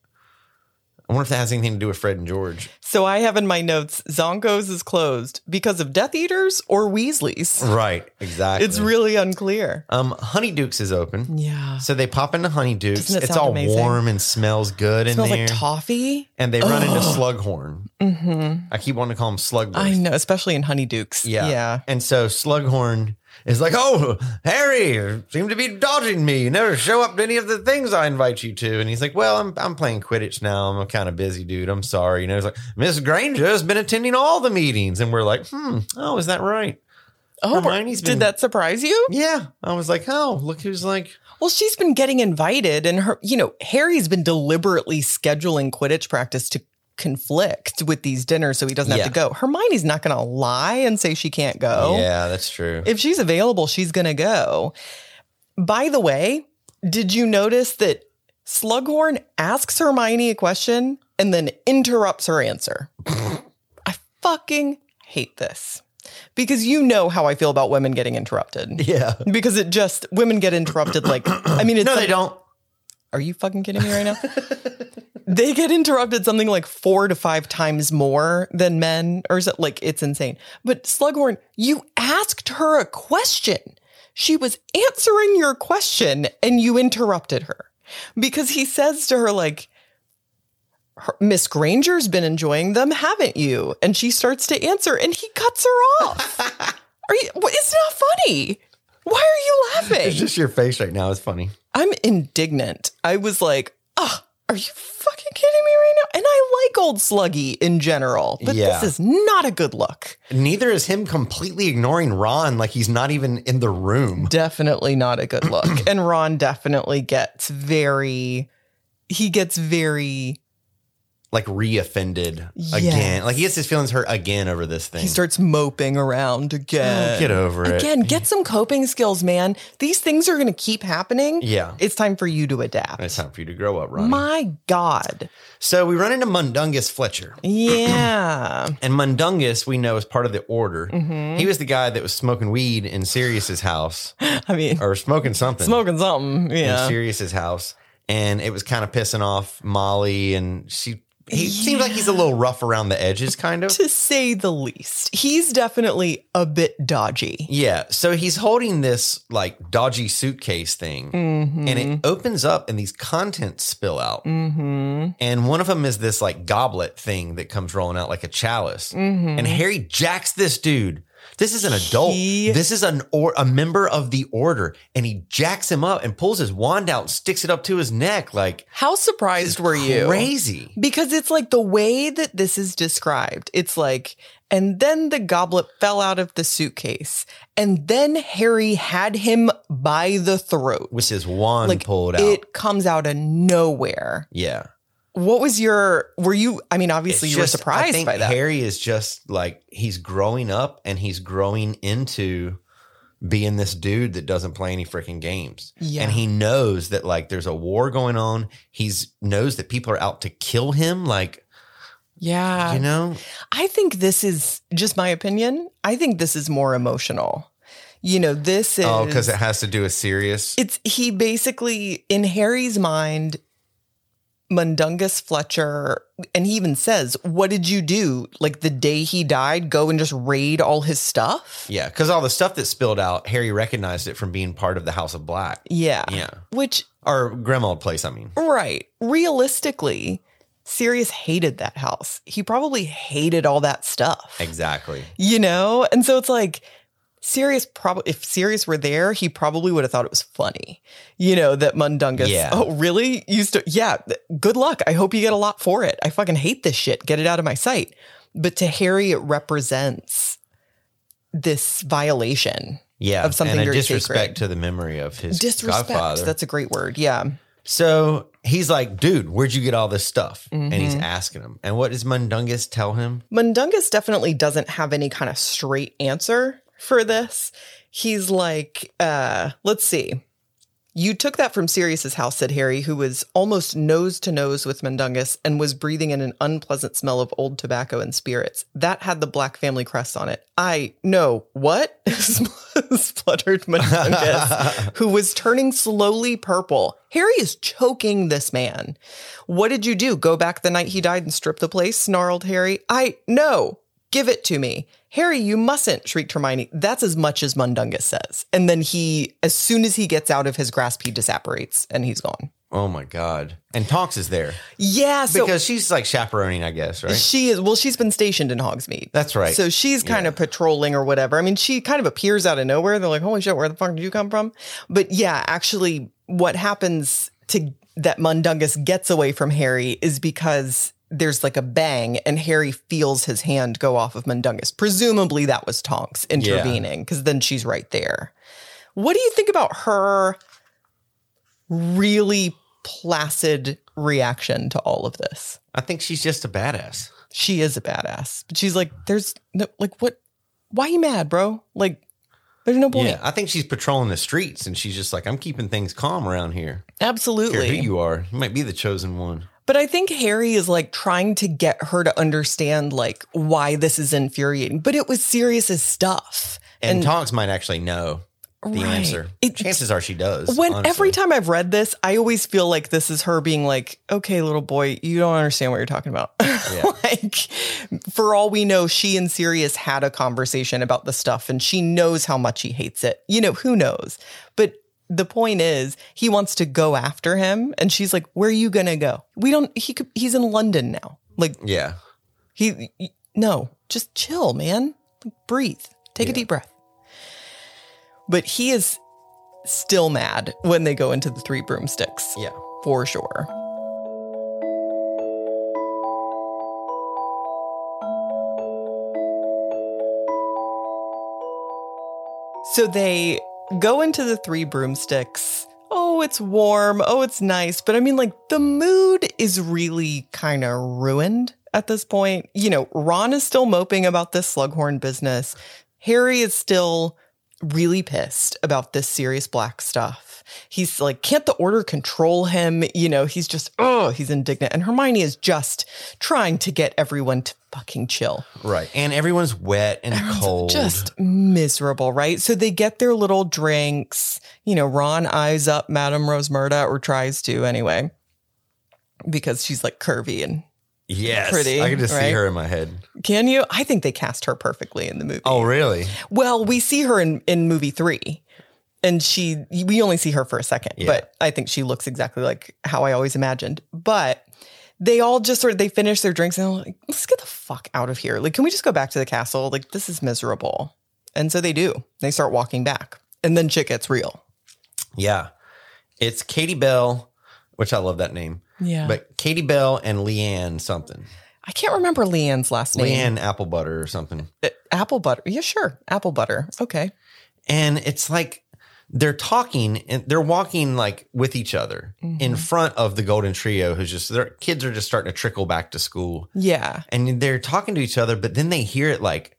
[SPEAKER 2] I wonder if that has anything to do with Fred and George.
[SPEAKER 1] So I have in my notes Zonko's is closed because of Death Eaters or Weasley's.
[SPEAKER 2] Right. Exactly.
[SPEAKER 1] It's really unclear.
[SPEAKER 2] Um, Honey Dukes is open.
[SPEAKER 1] Yeah.
[SPEAKER 2] So they pop into Honey Dukes.
[SPEAKER 1] Doesn't it
[SPEAKER 2] It's
[SPEAKER 1] sound
[SPEAKER 2] all
[SPEAKER 1] amazing?
[SPEAKER 2] warm and smells good in
[SPEAKER 1] smells
[SPEAKER 2] there.
[SPEAKER 1] like toffee.
[SPEAKER 2] and they run into
[SPEAKER 1] Ugh.
[SPEAKER 2] Slughorn.
[SPEAKER 1] hmm
[SPEAKER 2] I keep wanting to call him Slughorn.
[SPEAKER 1] I know, especially in Honey Dukes.
[SPEAKER 2] Yeah.
[SPEAKER 1] Yeah.
[SPEAKER 2] And so Slughorn is like, "Oh, Harry, you seem to be dodging me. You never show up to any of the things I invite you to." And he's like, "Well, I'm I'm playing Quidditch now. I'm kind of busy, dude. I'm sorry." You know, he's like, "Miss Granger has been attending all the meetings," and we're like, "Hmm, oh, is that right?"
[SPEAKER 1] Oh,
[SPEAKER 2] Hermione's
[SPEAKER 1] did
[SPEAKER 2] been-
[SPEAKER 1] that surprise you?
[SPEAKER 2] Yeah, I was like, "Oh, look who's like."
[SPEAKER 1] Well, she's been getting invited, and her, you know, Harry's been deliberately scheduling Quidditch practice to conflict with these dinners so he doesn't
[SPEAKER 2] Yeah.
[SPEAKER 1] have to go. Hermione's not going to lie and say she can't go.
[SPEAKER 2] yeah, that's true.
[SPEAKER 1] If she's available, she's going to go. By the way, did you notice that Slughorn asks Hermione a question and then interrupts her answer? I fucking hate this because you know how I feel about women getting interrupted.
[SPEAKER 2] yeah,
[SPEAKER 1] Because it just, women get interrupted like, I mean, it's.
[SPEAKER 2] no, they
[SPEAKER 1] some-
[SPEAKER 2] don't.
[SPEAKER 1] Are you fucking kidding me right now? they get interrupted something like four to five times more than men, or is it like it's insane? But Slughorn, you asked her a question. She was answering your question and you interrupted her because he says to her, like, her- Miss Granger's been enjoying them, haven't you? And she starts to answer and he cuts her off. Are you, what- it's not funny. Why are you laughing?
[SPEAKER 2] It's just your face right now. It's funny.
[SPEAKER 1] I'm indignant. I was like, ah, are you fucking kidding me right now? And I like old Sluggy in general, but
[SPEAKER 2] Yeah.
[SPEAKER 1] this is not a good look.
[SPEAKER 2] Neither is him completely ignoring Ron like he's not even in the room.
[SPEAKER 1] Definitely not a good look. and Ron definitely gets very, he gets very,
[SPEAKER 2] like reoffended
[SPEAKER 1] Yes.
[SPEAKER 2] again. Like he gets his feelings hurt again over this thing.
[SPEAKER 1] he starts moping around
[SPEAKER 2] Oh,
[SPEAKER 1] again.
[SPEAKER 2] get over it.
[SPEAKER 1] Again, get some coping skills, man. These things are going to keep happening.
[SPEAKER 2] Yeah.
[SPEAKER 1] It's time for you to adapt.
[SPEAKER 2] It's time for you to grow up, Ronnie.
[SPEAKER 1] My God.
[SPEAKER 2] so we run into Mundungus Fletcher.
[SPEAKER 1] Yeah.
[SPEAKER 2] And Mundungus, we know, is part of the order.
[SPEAKER 1] Mhm.
[SPEAKER 2] He was the guy that was smoking weed in Sirius's house
[SPEAKER 1] I mean,
[SPEAKER 2] or smoking something
[SPEAKER 1] smoking something.
[SPEAKER 2] in
[SPEAKER 1] Yeah.
[SPEAKER 2] Sirius's house. And it was kind of pissing off Molly. And she He seems like he's a little rough around the edges, kind of.
[SPEAKER 1] to say the least. He's definitely a bit dodgy.
[SPEAKER 2] Yeah. So he's holding this like dodgy suitcase thing
[SPEAKER 1] Mm-hmm.
[SPEAKER 2] and it opens up and these contents spill out.
[SPEAKER 1] Mm-hmm.
[SPEAKER 2] And one of them is this like goblet thing that comes rolling out like a chalice.
[SPEAKER 1] Mm-hmm.
[SPEAKER 2] And Harry jacks this dude. This is an adult.
[SPEAKER 1] He-
[SPEAKER 2] This is an or a member of the order. And he jacks him up and pulls his wand out, sticks it up to his neck. Like
[SPEAKER 1] How surprised were you?
[SPEAKER 2] crazy.
[SPEAKER 1] Because it's like the way that this is described. It's like, and then the goblet fell out of the suitcase, and then Harry had him by the throat.
[SPEAKER 2] With his wand
[SPEAKER 1] Like,
[SPEAKER 2] pulled out.
[SPEAKER 1] It comes out of nowhere.
[SPEAKER 2] yeah.
[SPEAKER 1] What was your? Were you? I mean, obviously
[SPEAKER 2] It's
[SPEAKER 1] you
[SPEAKER 2] just-
[SPEAKER 1] were surprised
[SPEAKER 2] I think
[SPEAKER 1] by that.
[SPEAKER 2] Harry is just like he's growing up and he's growing into being this dude that doesn't play any freaking games.
[SPEAKER 1] Yeah.
[SPEAKER 2] And he knows that like there's a war going on. He's knows that people are out to kill him. Like,
[SPEAKER 1] yeah,
[SPEAKER 2] you know,
[SPEAKER 1] I think this is just my opinion. I think this is more emotional. You know, this is
[SPEAKER 2] oh, because it has to do with serious.
[SPEAKER 1] It's he basically in Harry's mind, Mundungus Fletcher, and he even says, "What did you do? Like the day he died, go and just raid all his stuff."
[SPEAKER 2] yeah, because all the stuff that spilled out, Harry recognized it from being part of the House of Black.
[SPEAKER 1] Yeah.
[SPEAKER 2] Yeah.
[SPEAKER 1] Which,
[SPEAKER 2] Or Grimald place, I mean.
[SPEAKER 1] right? Realistically, Sirius hated that house. He probably hated all that stuff.
[SPEAKER 2] Exactly.
[SPEAKER 1] You know, and so it's like. Sirius probably if Sirius were there, he probably would have thought it was funny. You know, that Mundungus.
[SPEAKER 2] Yeah.
[SPEAKER 1] Oh, really? Used to yeah, th- good luck. I hope you get a lot for it. I fucking hate this shit. Get it out of my sight. But to Harry, it represents this violation.
[SPEAKER 2] Yeah.
[SPEAKER 1] Of something
[SPEAKER 2] and a
[SPEAKER 1] very
[SPEAKER 2] disrespect
[SPEAKER 1] sacred.
[SPEAKER 2] to the memory of his
[SPEAKER 1] Disrespect.
[SPEAKER 2] godfather.
[SPEAKER 1] That's a great word. Yeah.
[SPEAKER 2] So he's like, dude, where'd you get all this stuff? And he's
[SPEAKER 1] Mhm.
[SPEAKER 2] asking him. And what does Mundungus tell him?
[SPEAKER 1] Mundungus definitely doesn't have any kind of straight answer for this. He's like, uh, let's see. You took that from Sirius's house, said Harry, who was almost nose to nose with Mundungus and was breathing in an unpleasant smell of old tobacco and spirits. That had the black family crest on it. I no, what? spluttered Mundungus who was turning slowly purple. Harry is choking this man. What did you do? Go back the night he died and strip the place? snarled Harry. I no. Give it to me. Harry, you mustn't, shrieked Hermione. That's as much as Mundungus says. And then he, as soon as he gets out of his grasp, he disapparates and he's gone.
[SPEAKER 2] oh my God. And Tonks is there
[SPEAKER 1] Yeah, so
[SPEAKER 2] because she's like chaperoning, I guess, right?
[SPEAKER 1] she is, well, she's been stationed in Hogsmeade.
[SPEAKER 2] That's right.
[SPEAKER 1] So she's kind of patrolling or whatever. I mean, she kind of appears out of nowhere. They're like, holy shit, where the fuck did you come from? But yeah, actually, what happens to that Mundungus gets away from Harry is because there's like a bang and Harry feels his hand go off of Mundungus. Presumably that was Tonks intervening because then she's right there. What do you think about her really placid reaction to all of this?
[SPEAKER 2] I think she's just a badass.
[SPEAKER 1] she is a badass. But she's like, there's no, like, what? Why you mad, bro? Like, there's no point.
[SPEAKER 2] Yeah. I think she's patrolling the streets and she's just like, I'm keeping things calm around here. I don't care
[SPEAKER 1] Absolutely.
[SPEAKER 2] who you are. You might be the chosen one.
[SPEAKER 1] but I think Harry is like trying to get her to understand like why this is infuriating. But it was serious as stuff.
[SPEAKER 2] And,
[SPEAKER 1] And-
[SPEAKER 2] Tonks might actually know the
[SPEAKER 1] Right.
[SPEAKER 2] answer.
[SPEAKER 1] It-
[SPEAKER 2] Chances are she does.
[SPEAKER 1] When every
[SPEAKER 2] honestly.
[SPEAKER 1] time I've read this, I always feel like this is her being like, okay, little boy, you don't understand what you're talking about. like, for all we know, she and Sirius had a conversation about the stuff and she knows how much he hates it. You know, who knows? But the point is, he wants to go after him. And she's like, where are you going to go? We don't, he could, he's in London now. Like,
[SPEAKER 2] Yeah.
[SPEAKER 1] he, no, just chill, man. Breathe. Take a deep breath. But he is still mad when they go into the three broomsticks
[SPEAKER 2] Yeah.
[SPEAKER 1] for sure. So they go into the three broomsticks. Oh, it's warm. Oh, it's nice. But I mean, like, the mood is really kind of ruined at this point. You know, Ron is still moping about this slughorn business. Harry is still really pissed about this serious black stuff. He's like, can't the order control him? You know, he's just, oh, he's indignant. And Hermione is just trying to get everyone to fucking chill.
[SPEAKER 2] Right. And everyone's wet and cold.
[SPEAKER 1] Just miserable, right? So they get their little drinks. You know, Ron eyes up Madame Rosmerda or tries to anyway, because she's like curvy and
[SPEAKER 2] Yes.
[SPEAKER 1] Pretty,
[SPEAKER 2] I can just see
[SPEAKER 1] right?
[SPEAKER 2] her in my head.
[SPEAKER 1] Can you? I think they cast her perfectly in the movie.
[SPEAKER 2] Oh, really?
[SPEAKER 1] Well, we see her in, in movie three, and she we only see her for a second,
[SPEAKER 2] Yeah.
[SPEAKER 1] but I think she looks exactly like how I always imagined. But they all just sort of they finish their drinks and they're like, let's get the fuck out of here. Like, can we just go back to the castle? Like, this is miserable. And so they do. They start walking back, and then shit gets real.
[SPEAKER 2] Yeah. It's Katie Bell, which I love that name.
[SPEAKER 1] Yeah, but
[SPEAKER 2] But Katie Bell and Leanne something.
[SPEAKER 1] I can't remember Leanne's last name.
[SPEAKER 2] Leanne Apple Butter or something.
[SPEAKER 1] Uh, Apple butter. Yeah, sure. Apple butter. Okay.
[SPEAKER 2] And it's like they're talking and they're walking like with each other
[SPEAKER 1] Mm-hmm.
[SPEAKER 2] in front of the Golden Trio, who's just their kids are just starting to trickle back to school.
[SPEAKER 1] Yeah.
[SPEAKER 2] And they're talking to each other, but then they hear it like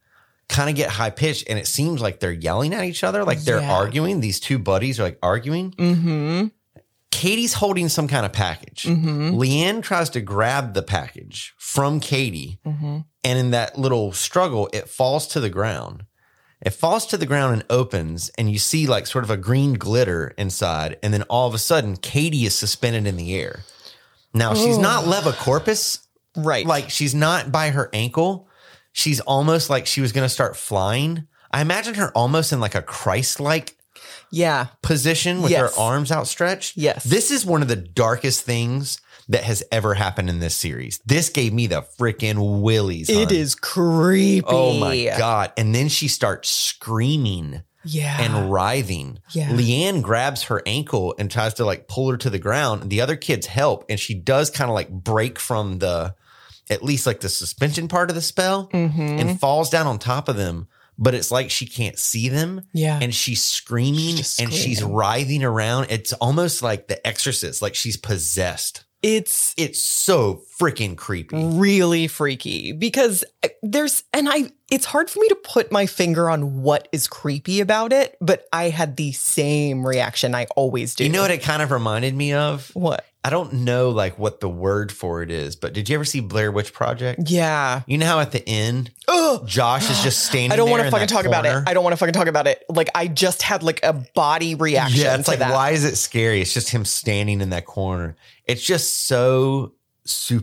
[SPEAKER 2] kind of get high pitched and it seems like they're yelling at each other, like they're
[SPEAKER 1] Yeah.
[SPEAKER 2] arguing. These two buddies are like arguing.
[SPEAKER 1] Mm-hmm.
[SPEAKER 2] Katie's holding some kind of package.
[SPEAKER 1] Mm-hmm.
[SPEAKER 2] Leanne tries to grab the package from Katie,
[SPEAKER 1] Mm-hmm.
[SPEAKER 2] and in that little struggle, it falls to the ground. It falls to the ground and opens, and you see like sort of a green glitter inside, and then all of a sudden, Katie is suspended in the air. Now she's
[SPEAKER 1] Oh.
[SPEAKER 2] not leva corpus,
[SPEAKER 1] Right.
[SPEAKER 2] like she's not by her ankle. She's almost like she was going to start flying. I imagine her almost in like a Christ-like
[SPEAKER 1] yeah.
[SPEAKER 2] position with
[SPEAKER 1] Yes.
[SPEAKER 2] her arms outstretched.
[SPEAKER 1] Yes.
[SPEAKER 2] This is one of the darkest things that has ever happened in this series. This gave me the freaking willies.
[SPEAKER 1] It
[SPEAKER 2] hon.
[SPEAKER 1] is creepy.
[SPEAKER 2] Oh my God. And then she starts screaming
[SPEAKER 1] Yeah.
[SPEAKER 2] and writhing.
[SPEAKER 1] Yeah.
[SPEAKER 2] Leanne grabs her ankle and tries to like pull her to the ground. And the other kids help. And she does kind of like break from the, at least like the suspension part of the spell
[SPEAKER 1] Mhm.
[SPEAKER 2] and falls down on top of them. But it's like she can't see them
[SPEAKER 1] yeah.
[SPEAKER 2] and she's screaming
[SPEAKER 1] She's just
[SPEAKER 2] and she's
[SPEAKER 1] screaming.
[SPEAKER 2] writhing around. It's almost like The Exorcist, like she's possessed.
[SPEAKER 1] it's
[SPEAKER 2] It's so freaking
[SPEAKER 1] Mm,
[SPEAKER 2] creepy.
[SPEAKER 1] really freaky because uh, there's and I it's hard for me to put my finger on what is creepy about it, but I had the same reaction I always do.
[SPEAKER 2] You know what it kind of reminded me of?
[SPEAKER 1] what?
[SPEAKER 2] I don't know like what the word for it is, but did you ever see Blair Witch Project?
[SPEAKER 1] Yeah.
[SPEAKER 2] You know how at the end
[SPEAKER 1] Ugh.
[SPEAKER 2] Josh is just standing.
[SPEAKER 1] I don't want
[SPEAKER 2] there
[SPEAKER 1] to fucking
[SPEAKER 2] in that
[SPEAKER 1] talk about it.
[SPEAKER 2] corner?
[SPEAKER 1] I don't want to fucking talk about it. Like I just had like a body reaction
[SPEAKER 2] yeah, it's
[SPEAKER 1] to
[SPEAKER 2] like
[SPEAKER 1] that.
[SPEAKER 2] why is it scary? It's just him standing in that corner. It's just so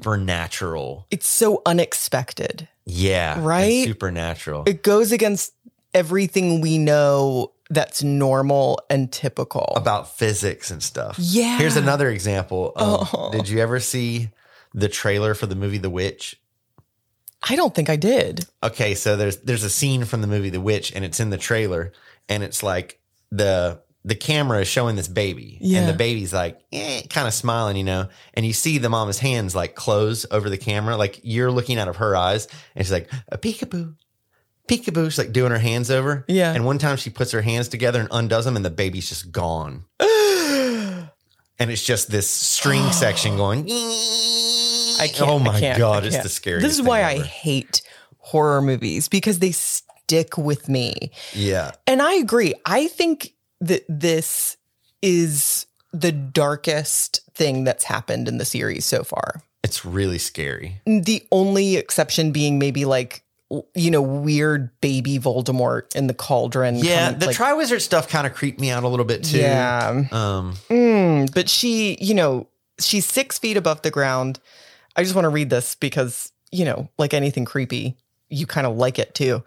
[SPEAKER 2] supernatural.
[SPEAKER 1] It's so unexpected.
[SPEAKER 2] Yeah, and
[SPEAKER 1] Right?
[SPEAKER 2] Supernatural.
[SPEAKER 1] It goes against everything we know that's normal and typical.
[SPEAKER 2] about physics and stuff.
[SPEAKER 1] yeah.
[SPEAKER 2] Here's another example. Um,
[SPEAKER 1] Oh.
[SPEAKER 2] Did you ever see the trailer for the movie The Witch?
[SPEAKER 1] I don't think I did.
[SPEAKER 2] Okay, so there's there's a scene from the movie The Witch, and it's in the trailer, and it's like the the camera is showing this baby,
[SPEAKER 1] Yeah.
[SPEAKER 2] and the baby's like eh, kind of smiling, you know, and you see the mama's hands like close over the camera, like you're looking out of her eyes, and she's like a peekaboo, peekaboo, she's like doing her hands over,
[SPEAKER 1] Yeah.
[SPEAKER 2] and one time she puts her hands together and undoes them, and the baby's just gone.
[SPEAKER 1] I
[SPEAKER 2] and it's just this string section going. I
[SPEAKER 1] can't.
[SPEAKER 2] Oh
[SPEAKER 1] I
[SPEAKER 2] my
[SPEAKER 1] can't,
[SPEAKER 2] god,
[SPEAKER 1] I
[SPEAKER 2] it's
[SPEAKER 1] can't.
[SPEAKER 2] the scariest.
[SPEAKER 1] This is
[SPEAKER 2] thing
[SPEAKER 1] why I
[SPEAKER 2] ever.
[SPEAKER 1] hate horror movies because they stick with me.
[SPEAKER 2] Yeah,
[SPEAKER 1] And I agree. I think that this is the darkest thing that's happened in the series so far.
[SPEAKER 2] it's really scary.
[SPEAKER 1] The only exception being maybe like w- you know weird baby Voldemort in the cauldron.
[SPEAKER 2] Yeah,
[SPEAKER 1] coming-
[SPEAKER 2] the
[SPEAKER 1] like,
[SPEAKER 2] Tri Wizard stuff kind of creeped me out a little bit too.
[SPEAKER 1] Yeah.
[SPEAKER 2] Um.
[SPEAKER 1] Mm, but she, you know, she's six feet above the ground. I just want to read this because, you know, like anything creepy, you kind of like it too.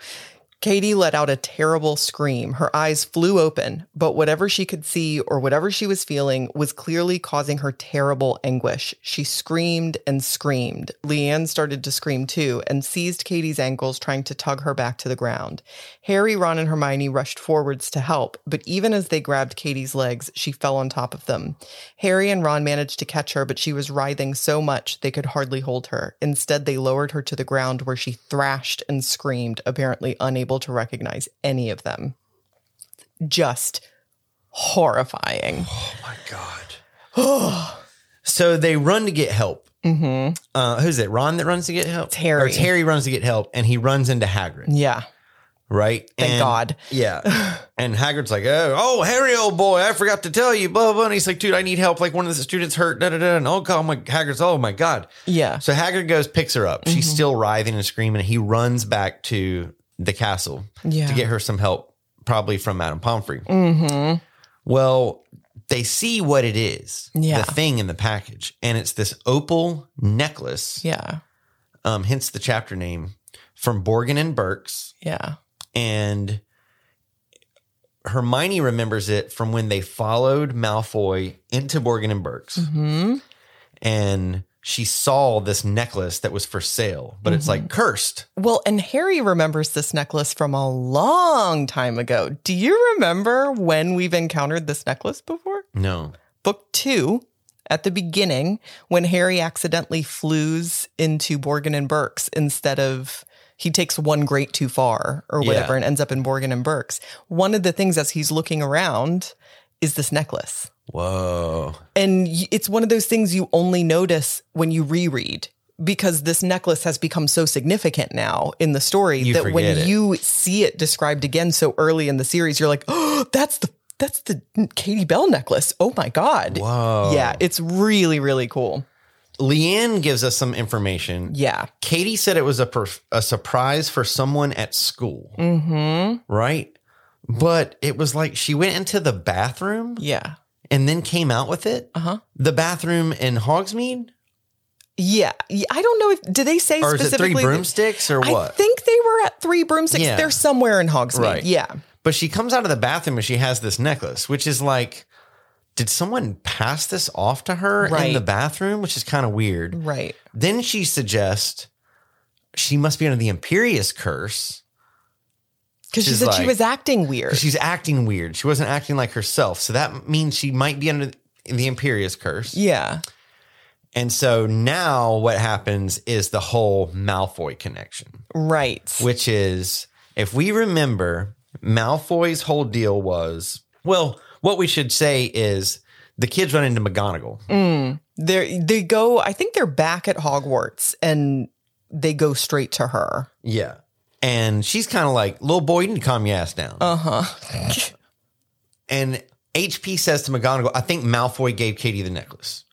[SPEAKER 1] Katie let out a terrible scream. Her eyes flew open, but whatever she could see or whatever she was feeling was clearly causing her terrible anguish. She screamed and screamed. Leanne started to scream too and seized Katie's ankles, trying to tug her back to the ground. Harry, Ron, and Hermione rushed forwards to help, but even as they grabbed Katie's legs, she fell on top of them. Harry and Ron managed to catch her, but she was writhing so much they could hardly hold her. Instead, they lowered her to the ground where she thrashed and screamed, apparently unable to recognize any of them. Just horrifying. Mm-hmm.
[SPEAKER 2] Oh my god. So they run to get help.
[SPEAKER 1] hmm
[SPEAKER 2] Uh, who's it? Ron that runs to get help.
[SPEAKER 1] It's Harry.
[SPEAKER 2] Or it's Harry runs to get help, and he runs into Hagrid.
[SPEAKER 1] Yeah.
[SPEAKER 2] Right.
[SPEAKER 1] Thank
[SPEAKER 2] And-
[SPEAKER 1] God.
[SPEAKER 2] Yeah. And Hagrid's like, oh, oh, Harry, old boy, I forgot to tell you, blah, blah, blah. And he's like, dude, I need help. Like one of the students hurt, da, da, da. And oh, God, my, Hagrid's, oh, my God.
[SPEAKER 1] Yeah.
[SPEAKER 2] So Hagrid goes, picks her up.
[SPEAKER 1] Mm-hmm.
[SPEAKER 2] She's still writhing and screaming. He runs back to the castle
[SPEAKER 1] Yeah.
[SPEAKER 2] to get her some help, probably from Madame Pomfrey.
[SPEAKER 1] hmm
[SPEAKER 2] Well, they see what it is
[SPEAKER 1] Yeah.
[SPEAKER 2] the thing in the package. And it's this opal necklace
[SPEAKER 1] Yeah.
[SPEAKER 2] um, hence the chapter name, from Borgin and Burks.
[SPEAKER 1] Yeah.
[SPEAKER 2] And Hermione remembers it from when they followed Malfoy into Borgin and Burks.
[SPEAKER 1] Mm-hmm.
[SPEAKER 2] And she saw this necklace that was for sale, but
[SPEAKER 1] Mm-hmm.
[SPEAKER 2] it's like cursed.
[SPEAKER 1] Well, and Harry remembers this necklace from a long time ago. Do you remember when we've encountered this necklace before?
[SPEAKER 2] No.
[SPEAKER 1] Book two, at the beginning, when Harry accidentally flews into Borgin and Burke's instead of he takes one great too far or
[SPEAKER 2] Yeah.
[SPEAKER 1] whatever and ends up in Borgin and Burke's. One of the things as he's looking around is this necklace.
[SPEAKER 2] Whoa.
[SPEAKER 1] And y- it's one of those things you only notice when you reread because this necklace has become so significant now in the story
[SPEAKER 2] You
[SPEAKER 1] that when
[SPEAKER 2] forget it.
[SPEAKER 1] you see it described again so early in the series, you're like, oh, that's the that's the Katie Bell necklace. Oh my God.
[SPEAKER 2] Whoa.
[SPEAKER 1] Yeah, it's really, really cool.
[SPEAKER 2] Leanne gives us some information.
[SPEAKER 1] Yeah.
[SPEAKER 2] Katie said it was a, per- a surprise for someone at school,
[SPEAKER 1] Mm-hmm.
[SPEAKER 2] right? But it was like she went into the bathroom
[SPEAKER 1] Yeah.
[SPEAKER 2] and then came out with it.
[SPEAKER 1] Uh-huh.
[SPEAKER 2] The bathroom in Hogsmeade?
[SPEAKER 1] Yeah. Y- I don't know if do they say
[SPEAKER 2] Or is it
[SPEAKER 1] specifically
[SPEAKER 2] three broomsticks or
[SPEAKER 1] I
[SPEAKER 2] what?
[SPEAKER 1] think they were at three broomsticks.
[SPEAKER 2] Yeah.
[SPEAKER 1] They're somewhere in Hogsmeade.
[SPEAKER 2] Right.
[SPEAKER 1] Yeah.
[SPEAKER 2] but she comes out of the bathroom and she has this necklace, which is like, did someone pass this off to her in
[SPEAKER 1] Right.
[SPEAKER 2] the bathroom? Which is kind of weird.
[SPEAKER 1] Right.
[SPEAKER 2] Then she suggests she must be under the Imperious curse.
[SPEAKER 1] Because she
[SPEAKER 2] She's
[SPEAKER 1] said she
[SPEAKER 2] like-
[SPEAKER 1] was acting weird.
[SPEAKER 2] 'Cause She's acting weird. She wasn't acting like herself. So that means she might be under the Imperious curse.
[SPEAKER 1] yeah.
[SPEAKER 2] And so now what happens is the whole Malfoy connection,
[SPEAKER 1] Right.
[SPEAKER 2] which is if we remember, Malfoy's whole deal was well, what we should say is the kids run into McGonagall.
[SPEAKER 1] Mm. They they go. I think they're back at Hogwarts, and they go straight to her.
[SPEAKER 2] Yeah. And she's kind of like, little boy, you need to calm your ass down.
[SPEAKER 1] Uh huh.
[SPEAKER 2] And HP says to McGonagall, I think Malfoy gave Katie the necklace.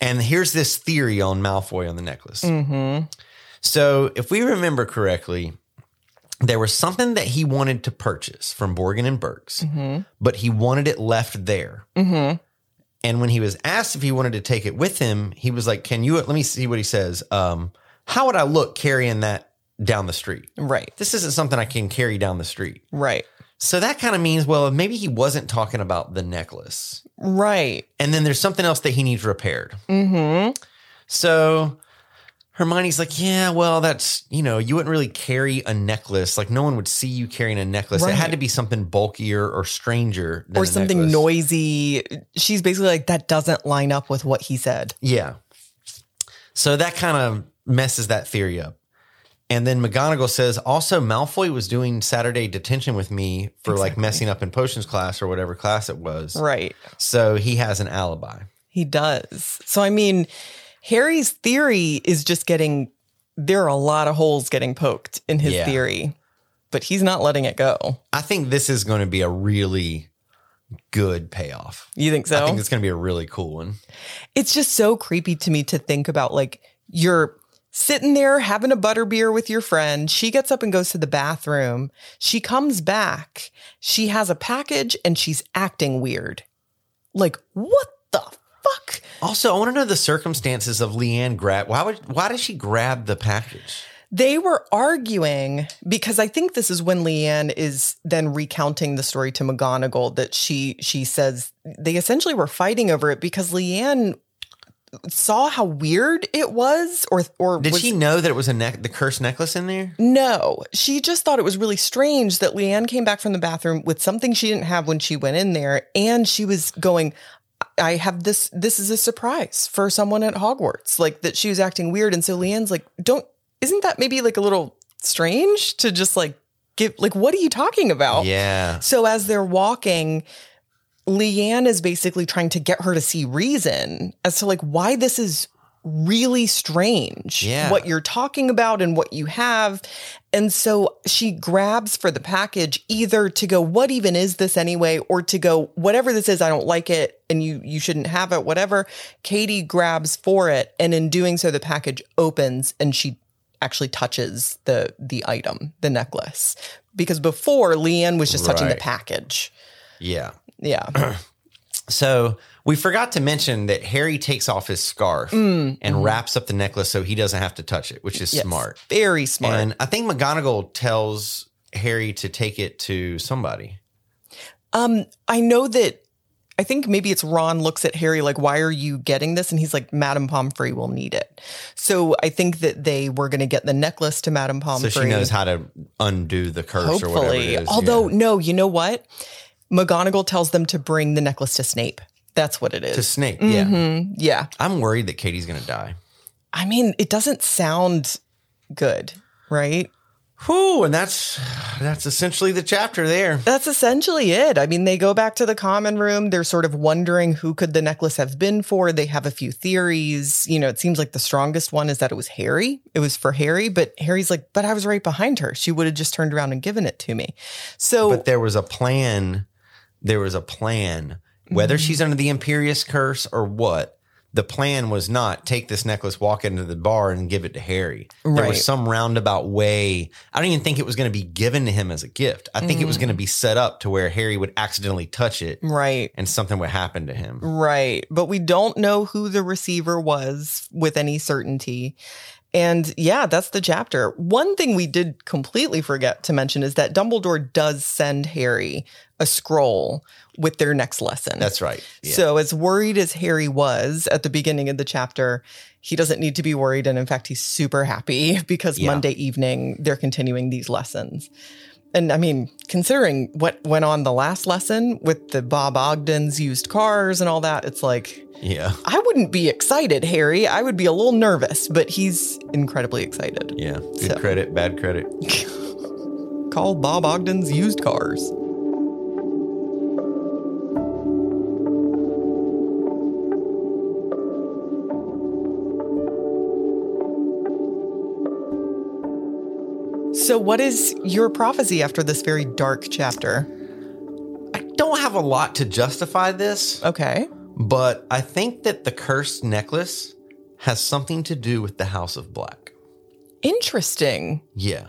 [SPEAKER 2] And here's this theory on Malfoy on the necklace.
[SPEAKER 1] mm-hmm.
[SPEAKER 2] So, if we remember correctly, there was something that he wanted to purchase from Borgin and Burks,
[SPEAKER 1] Mm-hmm.
[SPEAKER 2] but he wanted it left there.
[SPEAKER 1] Mm-hmm.
[SPEAKER 2] And when he was asked if he wanted to take it with him, he was like, Can you let me see what he says? Um, how would I look carrying that down the street?
[SPEAKER 1] Right.
[SPEAKER 2] This isn't something I can carry down the street.
[SPEAKER 1] Right.
[SPEAKER 2] So that kind of means, well, maybe he wasn't talking about the necklace.
[SPEAKER 1] Right.
[SPEAKER 2] And then there's something else that he needs repaired.
[SPEAKER 1] Mm-hmm.
[SPEAKER 2] So Hermione's like, yeah, well, that's, you know, you wouldn't really carry a necklace. Like, no one would see you carrying a necklace. It
[SPEAKER 1] Right.
[SPEAKER 2] had to be something bulkier or stranger than
[SPEAKER 1] Or
[SPEAKER 2] a
[SPEAKER 1] something
[SPEAKER 2] necklace.
[SPEAKER 1] noisy. She's basically like that doesn't line up with what he said.
[SPEAKER 2] Yeah. So that kind of messes that theory up. And then McGonagall says, also, Malfoy was doing Saturday detention with me for like
[SPEAKER 1] Exactly. Oh.
[SPEAKER 2] messing up in potions class or whatever class it was.
[SPEAKER 1] Right.
[SPEAKER 2] So he has an alibi.
[SPEAKER 1] He does. So I mean, Harry's theory is just getting. There are a lot of holes getting poked in his
[SPEAKER 2] Yeah.
[SPEAKER 1] theory, but he's not letting it go.
[SPEAKER 2] I think this is going to be a really good payoff.
[SPEAKER 1] You think so?
[SPEAKER 2] I think it's going to be a really cool one.
[SPEAKER 1] It's just so creepy to me to think about like you're sitting there having a butterbeer with your friend. She gets up and goes to the bathroom. She comes back. She has a package and she's acting weird. Like, what the fuck?
[SPEAKER 2] Also, I want to know the circumstances of Leanne grab. Why would why did she grab the package?
[SPEAKER 1] They were arguing because I think this is when Leanne is then recounting the story to McGonagall that she she says they essentially were fighting over it because Leanne saw how weird it was or or
[SPEAKER 2] Did
[SPEAKER 1] was
[SPEAKER 2] she know that it was a neck the cursed necklace in there?
[SPEAKER 1] No, she just thought it was really strange that Leanne came back from the bathroom with something she didn't have when she went in there, and she was going, "I have this. This is a surprise for someone at Hogwarts." Like that, she was acting weird, and so Leanne's like, "Don't." Isn't that maybe like a little strange to just like give? Like, what are you talking about?
[SPEAKER 2] Yeah.
[SPEAKER 1] So as they're walking, Leanne is basically trying to get her to see reason as to like why this is really strange.
[SPEAKER 2] Yeah.
[SPEAKER 1] What you're talking about and what you have. And so she grabs for the package either to go, what even is this anyway? Or to go, whatever this is, I don't like it and you you shouldn't have it, whatever. Katie grabs for it. And in doing so, the package opens and she actually touches the the item, the necklace. Because before Leanne was just touching the
[SPEAKER 2] Right.
[SPEAKER 1] package.
[SPEAKER 2] Yeah.
[SPEAKER 1] Yeah.
[SPEAKER 2] So we forgot to mention that Harry takes off his scarf
[SPEAKER 1] Mm,
[SPEAKER 2] and
[SPEAKER 1] mhm.
[SPEAKER 2] wraps up the necklace so he doesn't have to touch it, which is
[SPEAKER 1] Yes.
[SPEAKER 2] smart.
[SPEAKER 1] Very smart.
[SPEAKER 2] And I think McGonagall tells Harry to take it to somebody.
[SPEAKER 1] um, I know that. I think maybe it's Ron looks at Harry like, "Why are you getting this?" And he's like, "Madame Pomfrey will need it." So I think that they were going to get the necklace to Madame
[SPEAKER 2] So
[SPEAKER 1] Pomfrey.
[SPEAKER 2] she knows how to undo the curse or whatever.
[SPEAKER 1] Hopefully.
[SPEAKER 2] It is.
[SPEAKER 1] Although,
[SPEAKER 2] yeah.
[SPEAKER 1] no, you know what? McGonagall tells them to bring the necklace to Snape. That's what it
[SPEAKER 2] to
[SPEAKER 1] is.
[SPEAKER 2] Snape, yeah.
[SPEAKER 1] Mhm, Yeah.
[SPEAKER 2] I'm worried that Katie's gonna die.
[SPEAKER 1] I mean, it doesn't sound good, right?
[SPEAKER 2] Whew, and that's that's essentially the chapter there.
[SPEAKER 1] That's essentially it. I mean, they go back to the common room. They're sort of wondering who could the necklace have been for. They have a few theories. You know, it seems like the strongest one is that it was Harry. It was for Harry, but Harry's like, but I was right behind her. She would have just turned around and given it to me. So
[SPEAKER 2] But there was a plan. There was a plan. Whether she's under the Imperious curse or what, the plan was not take this necklace, walk into the bar, and give it to Harry. There
[SPEAKER 1] Right.
[SPEAKER 2] was some roundabout way. I don't even think it was going to be given to him as a gift. I think it was going to be set up to where Harry would accidentally touch it
[SPEAKER 1] right.
[SPEAKER 2] and something would happen to him.
[SPEAKER 1] Right. But we don't know who the receiver was with any certainty. And yeah, that's the chapter. One thing we did completely forget to mention is that Dumbledore does send Harry a scroll with their next lesson.
[SPEAKER 2] That's right. Yeah.
[SPEAKER 1] So, as worried as Harry was at the beginning of the chapter, he doesn't need to be worried. And in fact, he's super happy because
[SPEAKER 2] Yeah.
[SPEAKER 1] Monday evening they're continuing these lessons. And I mean, considering what went on the last lesson with the Bob Ogden's used cars and all that, it's like,
[SPEAKER 2] yeah.
[SPEAKER 1] I wouldn't be excited, Harry. I would be a little nervous, but he's incredibly excited.
[SPEAKER 2] Yeah. Good
[SPEAKER 1] So-
[SPEAKER 2] credit, bad credit.
[SPEAKER 1] Call Bob Ogden's used cars. So, what is your prophecy after this very dark chapter?
[SPEAKER 2] I don't have a lot to justify this.
[SPEAKER 1] Okay.
[SPEAKER 2] But I think that the cursed necklace has something to do with the House of Black.
[SPEAKER 1] Interesting.
[SPEAKER 2] Yeah.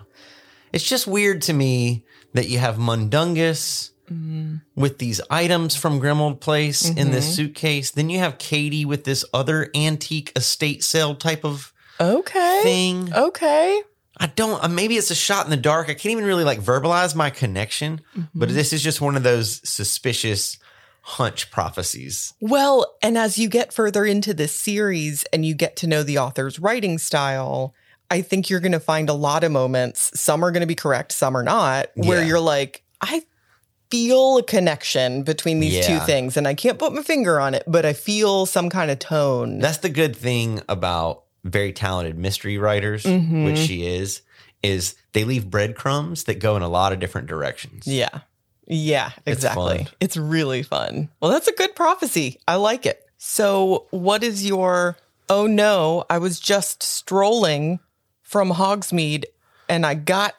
[SPEAKER 2] It's just weird to me that you have Mundungus with these items from Grimald Place in this suitcase. Then you have Katie with this other antique estate sale type of
[SPEAKER 1] Okay.
[SPEAKER 2] thing.
[SPEAKER 1] Okay.
[SPEAKER 2] I don't, uh, maybe it's a shot in the dark. I can't even really like verbalize my connection, but
[SPEAKER 1] Mm-hmm.
[SPEAKER 2] this is just one of those suspicious hunch prophecies.
[SPEAKER 1] Well, and as you get further into this series and you get to know the author's writing style, I think you're going to find a lot of moments, some are going to be correct, some are not, where
[SPEAKER 2] Yeah.
[SPEAKER 1] you're like, I feel a connection between these two
[SPEAKER 2] Yeah.
[SPEAKER 1] things. And I can't put my finger on it, but I feel some kind of tone.
[SPEAKER 2] That's the good thing about very talented mystery writers,
[SPEAKER 1] Mhm.
[SPEAKER 2] which she is, is they leave breadcrumbs that go in a lot of different directions.
[SPEAKER 1] yeah. Yeah,
[SPEAKER 2] It's
[SPEAKER 1] exactly.
[SPEAKER 2] fun.
[SPEAKER 1] it's really fun. Well, that's a good prophecy. I like it. So, what is your, oh no, I was just strolling from Hogsmeade and I got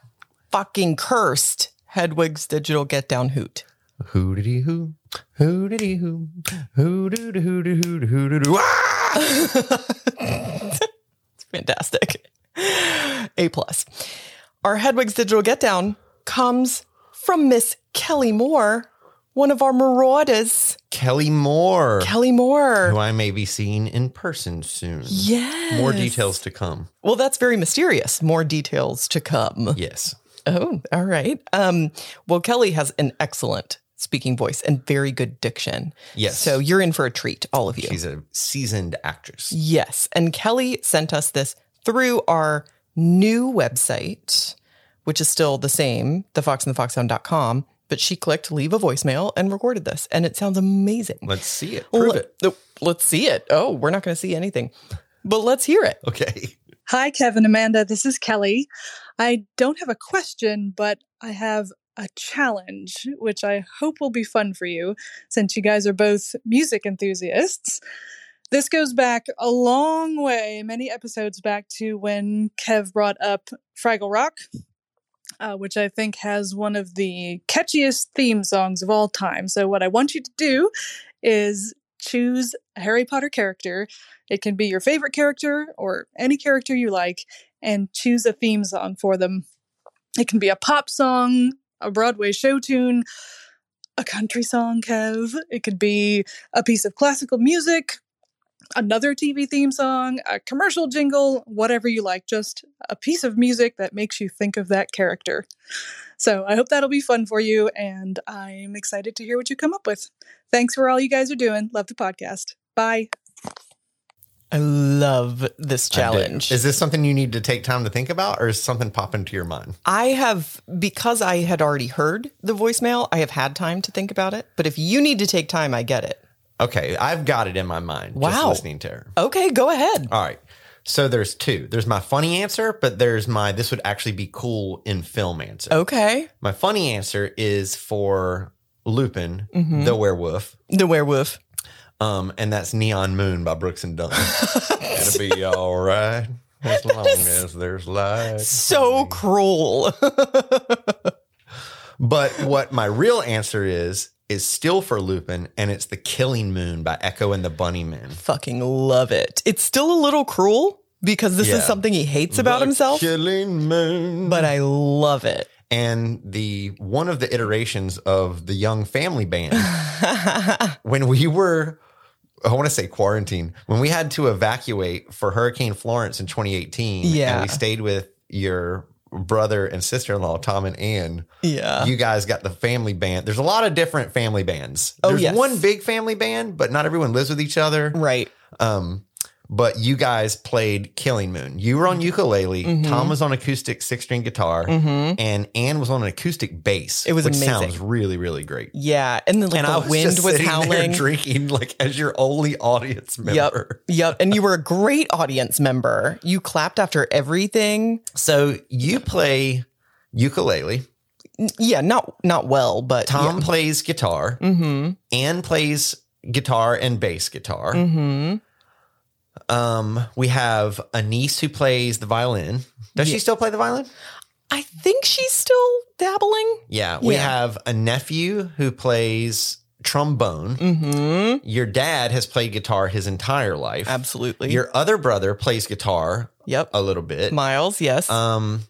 [SPEAKER 1] fucking cursed Hedwig's digital get down hoot?
[SPEAKER 2] Who did he who? Who did he who? Who did who did who did who did who?
[SPEAKER 1] It's fantastic. A plus. Our Hedwig's digital get down comes from Miss Kelly Moore, one of our marauders.
[SPEAKER 2] Kelly Moore,
[SPEAKER 1] Kelly Moore.
[SPEAKER 2] who I may be seeing in person soon.
[SPEAKER 1] Yes.
[SPEAKER 2] More details to come.
[SPEAKER 1] Well, that's very mysterious. More details to come.
[SPEAKER 2] Yes.
[SPEAKER 1] Oh, all right. Um, well, Kelly has an excellent speaking voice and very good diction.
[SPEAKER 2] Yes.
[SPEAKER 1] So you're in for a treat, all of you.
[SPEAKER 2] She's a seasoned actress.
[SPEAKER 1] yes. And Kelly sent us this through our new website, which is still the same, thefoxandthefoxhound.com. But she clicked leave a voicemail and recorded this, and it sounds amazing.
[SPEAKER 2] Let's see it. Prove
[SPEAKER 1] Let-
[SPEAKER 2] it.
[SPEAKER 1] oh, Let's see it. Oh, we're not going to see anything, but let's hear it.
[SPEAKER 2] Okay.
[SPEAKER 4] Hi, Kevin, Amanda. This is Kelly. I don't have a question, but I have a challenge, which I hope will be fun for you since you guys are both music enthusiasts. This goes back a long way, many episodes back to when Kev brought up Fraggle Rock, uh, which I think has one of the catchiest theme songs of all time. So, what I want you to do is choose a Harry Potter character it can be your favorite character or any character you like, and choose a theme song for them. It can be a pop song, a Broadway show tune, a country song, Kev. It could be a piece of classical music, another TV theme song, a commercial jingle, whatever you like, just a piece of music that makes you think of that character. So I hope that'll be fun for you, and I'm excited to hear what you come up with. Thanks for all you guys are doing. Love the podcast. Bye.
[SPEAKER 1] I love this
[SPEAKER 2] I did.
[SPEAKER 1] challenge.
[SPEAKER 2] Is this something you need to take time to think about, or is something pop into your mind?
[SPEAKER 1] I have, because I had already heard the voicemail, I have had time to think about it. But if you need to take time, I get it.
[SPEAKER 2] Okay, I've got it in my mind. Just
[SPEAKER 1] Wow.
[SPEAKER 2] listening to her.
[SPEAKER 1] Okay, go ahead.
[SPEAKER 2] All right. So there's two. There's my funny answer, but there's my this would actually be cool in film answer.
[SPEAKER 1] Oh. Okay.
[SPEAKER 2] My funny answer is for Lupin,
[SPEAKER 1] Mhm.
[SPEAKER 2] the werewolf,
[SPEAKER 1] The werewolf.
[SPEAKER 2] um, and that's Neon Moon by Brooks and Dunn. That'll be all right as long as there's light.
[SPEAKER 1] So cruel.
[SPEAKER 2] But what my real answer is is still for Lupin, and it's the Killing Moon by Echo and the Bunnymen.
[SPEAKER 1] Fucking love it. It's still a little cruel because this
[SPEAKER 2] Yeah.
[SPEAKER 1] is something he hates about
[SPEAKER 2] The
[SPEAKER 1] himself,
[SPEAKER 2] Killing Moon.
[SPEAKER 1] but I love it.
[SPEAKER 2] and the one of the iterations of the Young Family Band when we were I want to say quarantine when we had to evacuate for Hurricane Florence in 2018
[SPEAKER 1] Yeah.
[SPEAKER 2] and we stayed with your brother and sister-in-law Tom and Ann
[SPEAKER 1] yeah.
[SPEAKER 2] you guys got the family band there's a lot of different family bands
[SPEAKER 1] Oh,
[SPEAKER 2] there's
[SPEAKER 1] yes.
[SPEAKER 2] one big family band but not everyone lives with each other
[SPEAKER 1] right.
[SPEAKER 2] um but you guys played Killing Moon you were on ukulele
[SPEAKER 1] Mhm.
[SPEAKER 2] Tom was on acoustic six-string guitar
[SPEAKER 1] Mm-hmm.
[SPEAKER 2] and Anne was on an acoustic bass
[SPEAKER 1] It was
[SPEAKER 2] which
[SPEAKER 1] amazing.
[SPEAKER 2] sounds really really great
[SPEAKER 1] Yeah. And then like
[SPEAKER 2] and
[SPEAKER 1] the
[SPEAKER 2] I was
[SPEAKER 1] wind
[SPEAKER 2] just
[SPEAKER 1] was
[SPEAKER 2] sitting there
[SPEAKER 1] howling.
[SPEAKER 2] drinking like as your only audience member.
[SPEAKER 1] Yep. And you were a great audience member. You clapped after everything.
[SPEAKER 2] So you play ukulele.
[SPEAKER 1] N- Yeah, not not well, but
[SPEAKER 2] Tom plays guitar.
[SPEAKER 1] Yeah. Mm-hmm.
[SPEAKER 2] Anne plays guitar and bass guitar.
[SPEAKER 1] Mm-hmm.
[SPEAKER 2] Um, we have a niece who plays the violin. Does
[SPEAKER 1] Yeah.
[SPEAKER 2] she still play the violin?
[SPEAKER 1] I think she's still dabbling.
[SPEAKER 2] Yeah. We
[SPEAKER 1] Yeah.
[SPEAKER 2] have a nephew who plays trombone.
[SPEAKER 1] Mm-hmm.
[SPEAKER 2] Your dad has played guitar his entire life.
[SPEAKER 1] Absolutely.
[SPEAKER 2] Your other brother plays guitar
[SPEAKER 1] yep.
[SPEAKER 2] a little bit.
[SPEAKER 1] Miles, yes.
[SPEAKER 2] Um,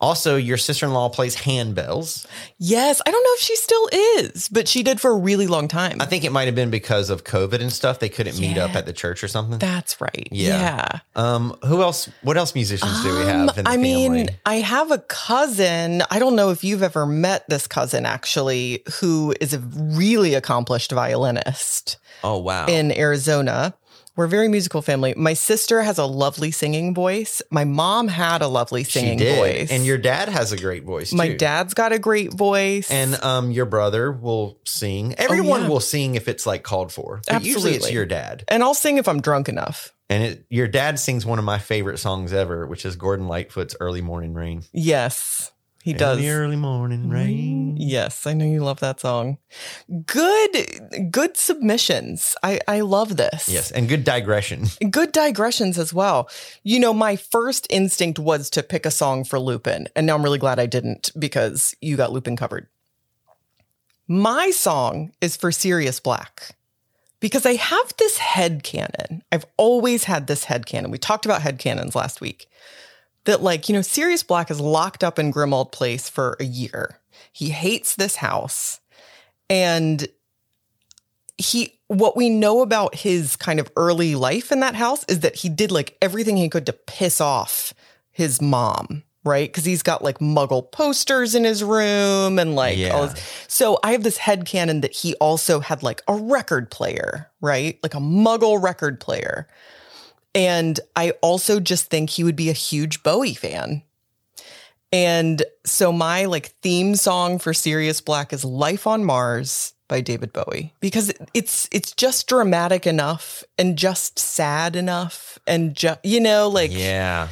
[SPEAKER 2] also, your sister in law plays handbells.
[SPEAKER 1] yes. I don't know if she still is, but she did for a really long time.
[SPEAKER 2] I think it might have been because of COVID and stuff. They couldn't meet up
[SPEAKER 1] Yeah.
[SPEAKER 2] at the church or something.
[SPEAKER 1] that's right.
[SPEAKER 2] Yeah.
[SPEAKER 1] yeah.
[SPEAKER 2] um, who else? What else musicians do we have? In
[SPEAKER 1] Um,
[SPEAKER 2] the
[SPEAKER 1] I mean,
[SPEAKER 2] family?
[SPEAKER 1] I have a cousin. I don't know if you've ever met this cousin actually, who is a really accomplished violinist
[SPEAKER 2] oh wow,
[SPEAKER 1] in Arizona. We're a very musical family. My sister has a lovely singing voice. My mom had a lovely singing voice.
[SPEAKER 2] And your dad has a great voice.
[SPEAKER 1] my
[SPEAKER 2] too.
[SPEAKER 1] dad's got a great voice.
[SPEAKER 2] and um, your brother will sing. Everyone
[SPEAKER 1] yeah.
[SPEAKER 2] will sing if it's like called for. But usually it's
[SPEAKER 1] Absolutely.
[SPEAKER 2] your dad,
[SPEAKER 1] and I'll sing if I'm drunk enough.
[SPEAKER 2] and it, your dad sings one of my favorite songs ever, which is Gordon Lightfoot's "Early Morning Rain."
[SPEAKER 1] Yes, he
[SPEAKER 2] In
[SPEAKER 1] does. Mm-hmm.
[SPEAKER 2] the early morning rain.
[SPEAKER 1] Yes, I know you love that song. Good, good submissions. I I love this.
[SPEAKER 2] Yes, and good digression.
[SPEAKER 1] good digressions as well. You know, my first instinct was to pick a song for Lupin, and now I'm really glad I didn't because you got Lupin covered. My song is for Sirius Black because I have this headcanon. I've always had this headcanon. We talked about headcanons last week that, like, you know, Sirius Black is locked up in Grimald Place for a year. He hates this house. And he what we know about his kind of early life in that house is that he did like everything he could to piss off his mom right because he's got like muggle posters in his room and like all
[SPEAKER 2] Yeah.
[SPEAKER 1] this. so i have this headcanon that he also had like a record player right like a muggle record player and i also just think he would be a huge bowie fan and so my like theme song for Sirius Black is Life on Mars by David Bowie because it's it's just dramatic enough and just sad enough and just you know like
[SPEAKER 2] yeah.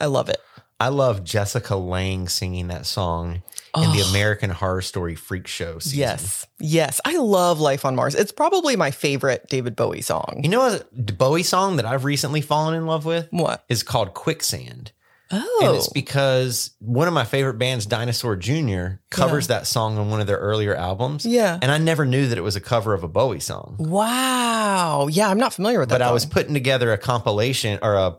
[SPEAKER 1] I love it.
[SPEAKER 2] I love Jessica Lange singing that song in the
[SPEAKER 1] Ugh.
[SPEAKER 2] American Horror Story Freak Show season.
[SPEAKER 1] Yes. Yes, I love Life on Mars. It's probably my favorite David Bowie song.
[SPEAKER 2] You know a Bowie song that I've recently fallen in love with
[SPEAKER 1] what?
[SPEAKER 2] is called Quicksand.
[SPEAKER 1] Oh.
[SPEAKER 2] And it's because one of my favorite bands, Dinosaur Jr., covers that song on one of their earlier albums.
[SPEAKER 1] yeah.
[SPEAKER 2] And I never knew that it was a cover of a Bowie song.
[SPEAKER 1] Wow. Yeah, I'm not familiar with that.
[SPEAKER 2] but I was
[SPEAKER 1] song.
[SPEAKER 2] putting together a compilation or a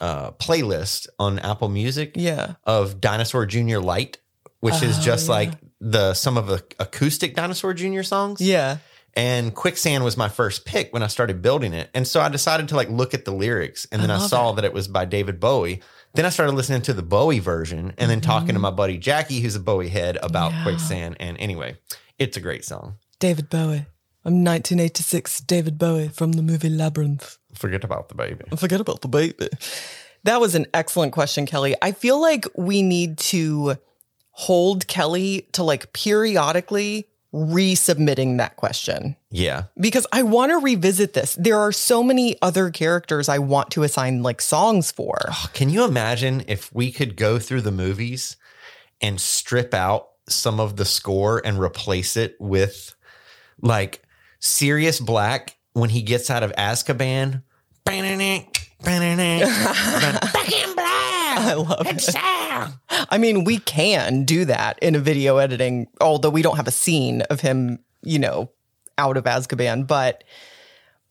[SPEAKER 2] uh, playlist on Apple Music
[SPEAKER 1] Yeah.
[SPEAKER 2] of Dinosaur Jr. Light, which is
[SPEAKER 1] Oh,
[SPEAKER 2] just
[SPEAKER 1] yeah.
[SPEAKER 2] like the some of the acoustic Dinosaur Jr. songs.
[SPEAKER 1] Yeah.
[SPEAKER 2] And Quicksand was my first pick when I started building it. And so I decided to like look at the lyrics and then
[SPEAKER 1] I
[SPEAKER 2] I,
[SPEAKER 1] love
[SPEAKER 2] saw that it was by David Bowie. Then I started listening to the Bowie version and then talking to my buddy Jackie, who's a Bowie head, about
[SPEAKER 1] Mm-hmm. Yeah.
[SPEAKER 2] Quicksand. And anyway, it's a great song.
[SPEAKER 1] David Bowie. I'm 1986 David Bowie from the movie Labyrinth.
[SPEAKER 2] Forget about the baby.
[SPEAKER 1] Forget about the baby. That was an excellent question, Kelly. I feel like we need to hold Kelly to like periodically resubmitting that question
[SPEAKER 2] Yeah.
[SPEAKER 1] because I want to revisit this. There are so many other characters I want to assign like songs for.
[SPEAKER 2] Can you imagine if we could go through the movies and strip out some of the score and replace it with like Sirius Black when he gets out of Azkaban?
[SPEAKER 1] I love it. I mean, we can do that in a video editing, although we don't have a scene of him, you know, out of Azkaban. But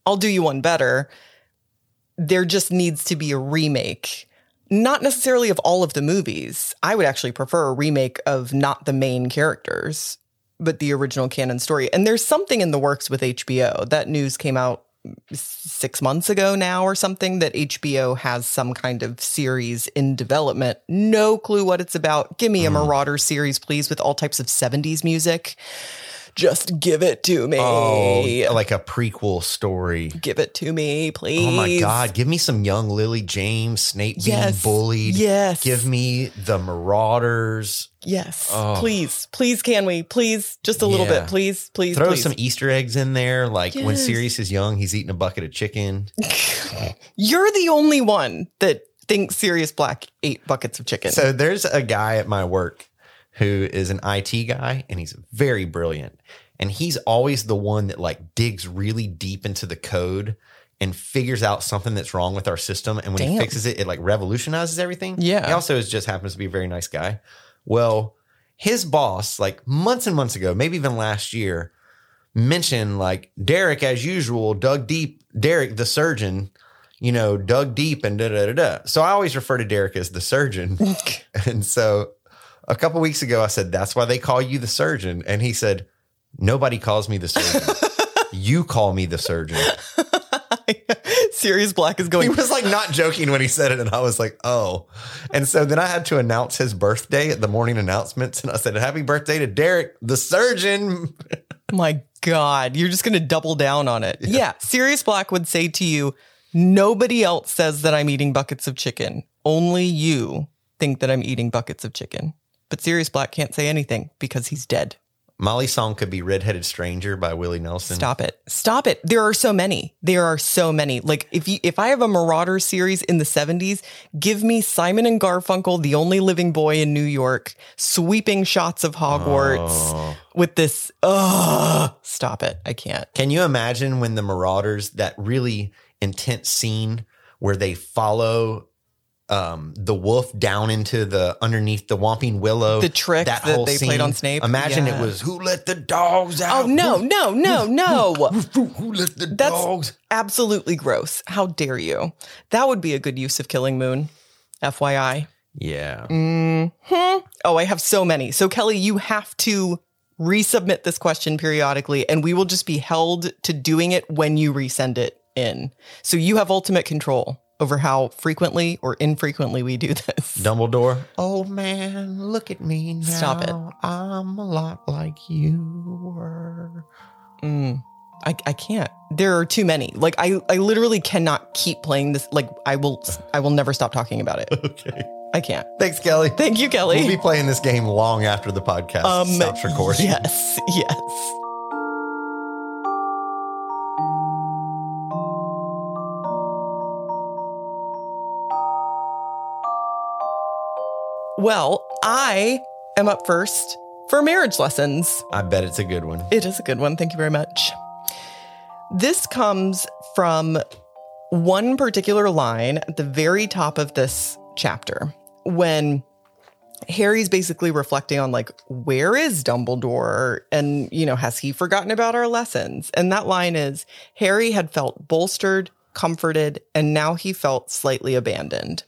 [SPEAKER 1] I'll do you one better. There just needs to be a remake, not necessarily of all of the movies. I would actually prefer a remake of not the main characters, but the original canon story. And there's something in the works with HBO. That news came out six months ago now or something that HBO has some kind of series in development. No clue what it's about. Give me a Marauder series, please, with all types of 70s music. Just give it to me.
[SPEAKER 2] Oh, like a prequel story.
[SPEAKER 1] Give it to me, please.
[SPEAKER 2] Oh my God. Give me some young Lily James, Snape
[SPEAKER 1] Yes.
[SPEAKER 2] being bullied.
[SPEAKER 1] Yes.
[SPEAKER 2] Give me the Marauders.
[SPEAKER 1] Yes.
[SPEAKER 2] Oh.
[SPEAKER 1] Please. Please can we? Please. Just a little
[SPEAKER 2] Yeah.
[SPEAKER 1] bit. Please. Please.
[SPEAKER 2] Throw
[SPEAKER 1] please.
[SPEAKER 2] some Easter eggs in there. Like when
[SPEAKER 1] Yes.
[SPEAKER 2] Sirius is young, he's eating a bucket of chicken.
[SPEAKER 1] You're the only one that thinks Sirius Black ate buckets of chicken.
[SPEAKER 2] So there's a guy at my work who is an IT guy and he's very brilliant. And he's always the one that like digs really deep into the code and figures out something that's wrong with our system. And when he
[SPEAKER 1] Damn.
[SPEAKER 2] fixes it, it like revolutionizes everything.
[SPEAKER 1] Yeah.
[SPEAKER 2] He also is, just happens to be a very nice guy. Well, his boss, like months and months ago, maybe even last year, mentioned like Derek, as usual, dug deep, Derek, the surgeon, you know, dug deep and da da da da. So I always refer to Derek as the surgeon. and so a couple weeks ago, I said, That's why they call you the surgeon. And he said, Nobody calls me the surgeon. you call me the surgeon.
[SPEAKER 1] Sirius Black is
[SPEAKER 2] He
[SPEAKER 1] going.
[SPEAKER 2] was like not joking when he said it. And I was like, Oh. And so then I had to announce his birthday at the morning announcements. And I said, Happy birthday to Derek, the surgeon.
[SPEAKER 1] My God, you're just going to double down on it. Yeah. Sirius Black would say to you, nobody else says that I'm eating buckets of chicken. Only you think that I'm eating buckets of chicken. But Sirius Black can't say anything because he's dead.
[SPEAKER 2] Molly's song could be Redheaded Stranger by Willie Nelson.
[SPEAKER 1] Stop it. Stop it. There are so many. There are so many. Like if you if I have a Marauder series in the 70s, give me Simon and Garfunkel, the only living boy in New York, sweeping shots of Hogwarts
[SPEAKER 2] Oh.
[SPEAKER 1] with this Ugh. stop it. I can't.
[SPEAKER 2] Can you imagine when the Marauders, that really intense scene where they follow um, the wolf down into the underneath the Whomping Willow?
[SPEAKER 1] The trick that,
[SPEAKER 2] whole
[SPEAKER 1] they
[SPEAKER 2] scene?
[SPEAKER 1] played on Snape.
[SPEAKER 2] Imagine
[SPEAKER 1] Yeah.
[SPEAKER 2] it was who let the dogs out?
[SPEAKER 1] Oh no, no, no, no.
[SPEAKER 2] Who, who let the
[SPEAKER 1] That's-
[SPEAKER 2] dogs?
[SPEAKER 1] Absolutely gross. How dare you? That would be a good use of Killing Moon. FYI.
[SPEAKER 2] Yeah.
[SPEAKER 1] Hmm. Oh, I have so many. So, Kelly, you have to resubmit this question periodically, and we will just be held to doing it when you resend it in. So, you have ultimate control over how frequently or infrequently we do this.
[SPEAKER 2] Dumbledore. Oh man, look at me now.
[SPEAKER 1] Stop it.
[SPEAKER 2] I'm a lot like you were.
[SPEAKER 1] Mm. I, I can't. There are too many. Like I, I literally cannot keep playing this. Like I will, I will never stop talking about it.
[SPEAKER 2] Okay.
[SPEAKER 1] I can't.
[SPEAKER 2] Thanks, Kelly. Um,
[SPEAKER 1] Thank you, Kelly. Um,
[SPEAKER 2] We'll be playing this game long after the podcast stops recording.
[SPEAKER 1] Yes, yes. Well, I am up first for marriage lessons.
[SPEAKER 2] I bet it's a good one.
[SPEAKER 1] It is a good one. Thank you very much. This comes from one particular line at the very top of this chapter when Harry's basically reflecting on like where is Dumbledore and you know has he forgotten about our lessons and that line is Harry had felt bolstered comforted and now he felt slightly abandoned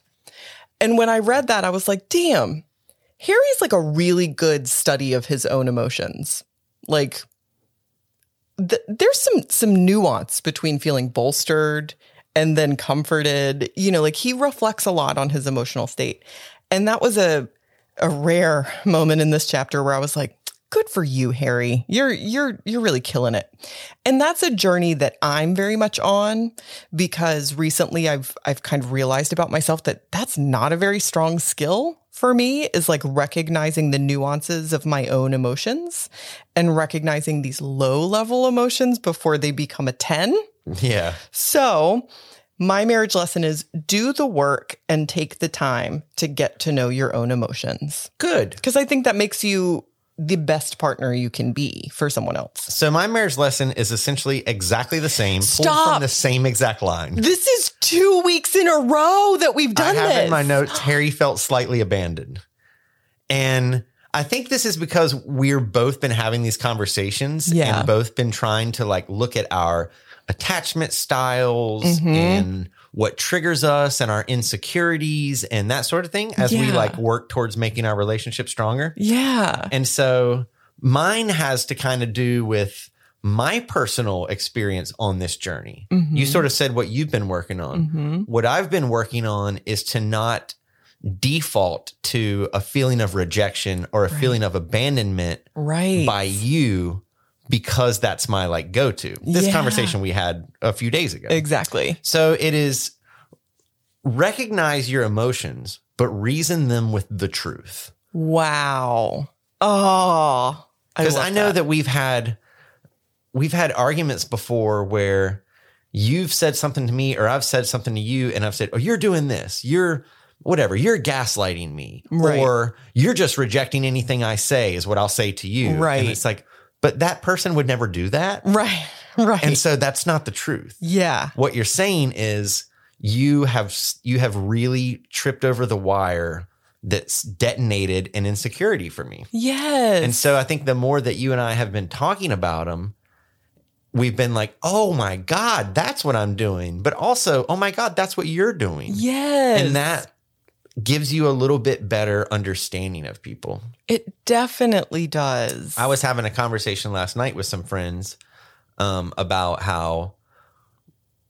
[SPEAKER 1] and when I read that I was like damn Harry's like a really good study of his own emotions. Like th- there's some some nuance between feeling bolstered and then comforted. You know, like he reflects a lot on his emotional state. And that was a a rare moment in this chapter where I was like, good for you, Harry. You're you're you're really killing it. And that's a journey that I'm very much on because recently I've I've kind of realized about myself that that's not a very strong skill for me is like recognizing the nuances of my own emotions and recognizing these low level emotions before they become a 10.
[SPEAKER 2] Yeah.
[SPEAKER 1] So, my marriage lesson is do the work and take the time to get to know your own emotions.
[SPEAKER 2] Good.
[SPEAKER 1] Because I think that makes you the best partner you can be for someone else.
[SPEAKER 2] So my marriage lesson is essentially exactly the same, pulled
[SPEAKER 1] Stop.
[SPEAKER 2] from the same exact line.
[SPEAKER 1] This is two weeks in a row that we've done
[SPEAKER 2] I have
[SPEAKER 1] this.
[SPEAKER 2] in my notes Harry felt slightly abandoned. And I think this is because we're both been having these conversations
[SPEAKER 1] Yeah.
[SPEAKER 2] and both been trying to like look at our attachment styles
[SPEAKER 1] Mhm.
[SPEAKER 2] and what triggers us and our insecurities and that sort of thing as we
[SPEAKER 1] Yeah.
[SPEAKER 2] like work towards making our relationship stronger.
[SPEAKER 1] Yeah.
[SPEAKER 2] And so mine has to kind of do with my personal experience on this journey.
[SPEAKER 1] Mm-hmm.
[SPEAKER 2] You sort of said what you've been working on.
[SPEAKER 1] Mhm.
[SPEAKER 2] What I've been working on is to not default to a feeling of rejection or a
[SPEAKER 1] Right.
[SPEAKER 2] feeling of abandonment
[SPEAKER 1] Right.
[SPEAKER 2] by you because that's my like go to. This
[SPEAKER 1] Yeah.
[SPEAKER 2] conversation we had a few days ago.
[SPEAKER 1] Exactly.
[SPEAKER 2] So it is recognize your emotions, but reason them with the truth.
[SPEAKER 1] Wow. Oh.
[SPEAKER 2] because
[SPEAKER 1] love
[SPEAKER 2] I, know that. we've had we've had arguments before where you've said something to me or I've said something to you and I've said, "Oh, you're doing this. You're whatever. You're gaslighting me,
[SPEAKER 1] Right.
[SPEAKER 2] or you're just rejecting anything I say." Is what I'll say to you,
[SPEAKER 1] Right.
[SPEAKER 2] And it's like, but that person would never do that,
[SPEAKER 1] Right. Right.
[SPEAKER 2] and so that's not the truth.
[SPEAKER 1] yeah.
[SPEAKER 2] What you're saying is you have you have really tripped over the wire that's detonated an insecurity for me.
[SPEAKER 1] Yes.
[SPEAKER 2] And so I think the more that you and I have been talking about them, we've been like, oh my God, that's what I'm doing. But also, oh my God, that's what you're doing.
[SPEAKER 1] yes.
[SPEAKER 2] And that gives you a little bit better understanding of people.
[SPEAKER 1] it definitely does.
[SPEAKER 2] I was having a conversation last night with some friends um, about how,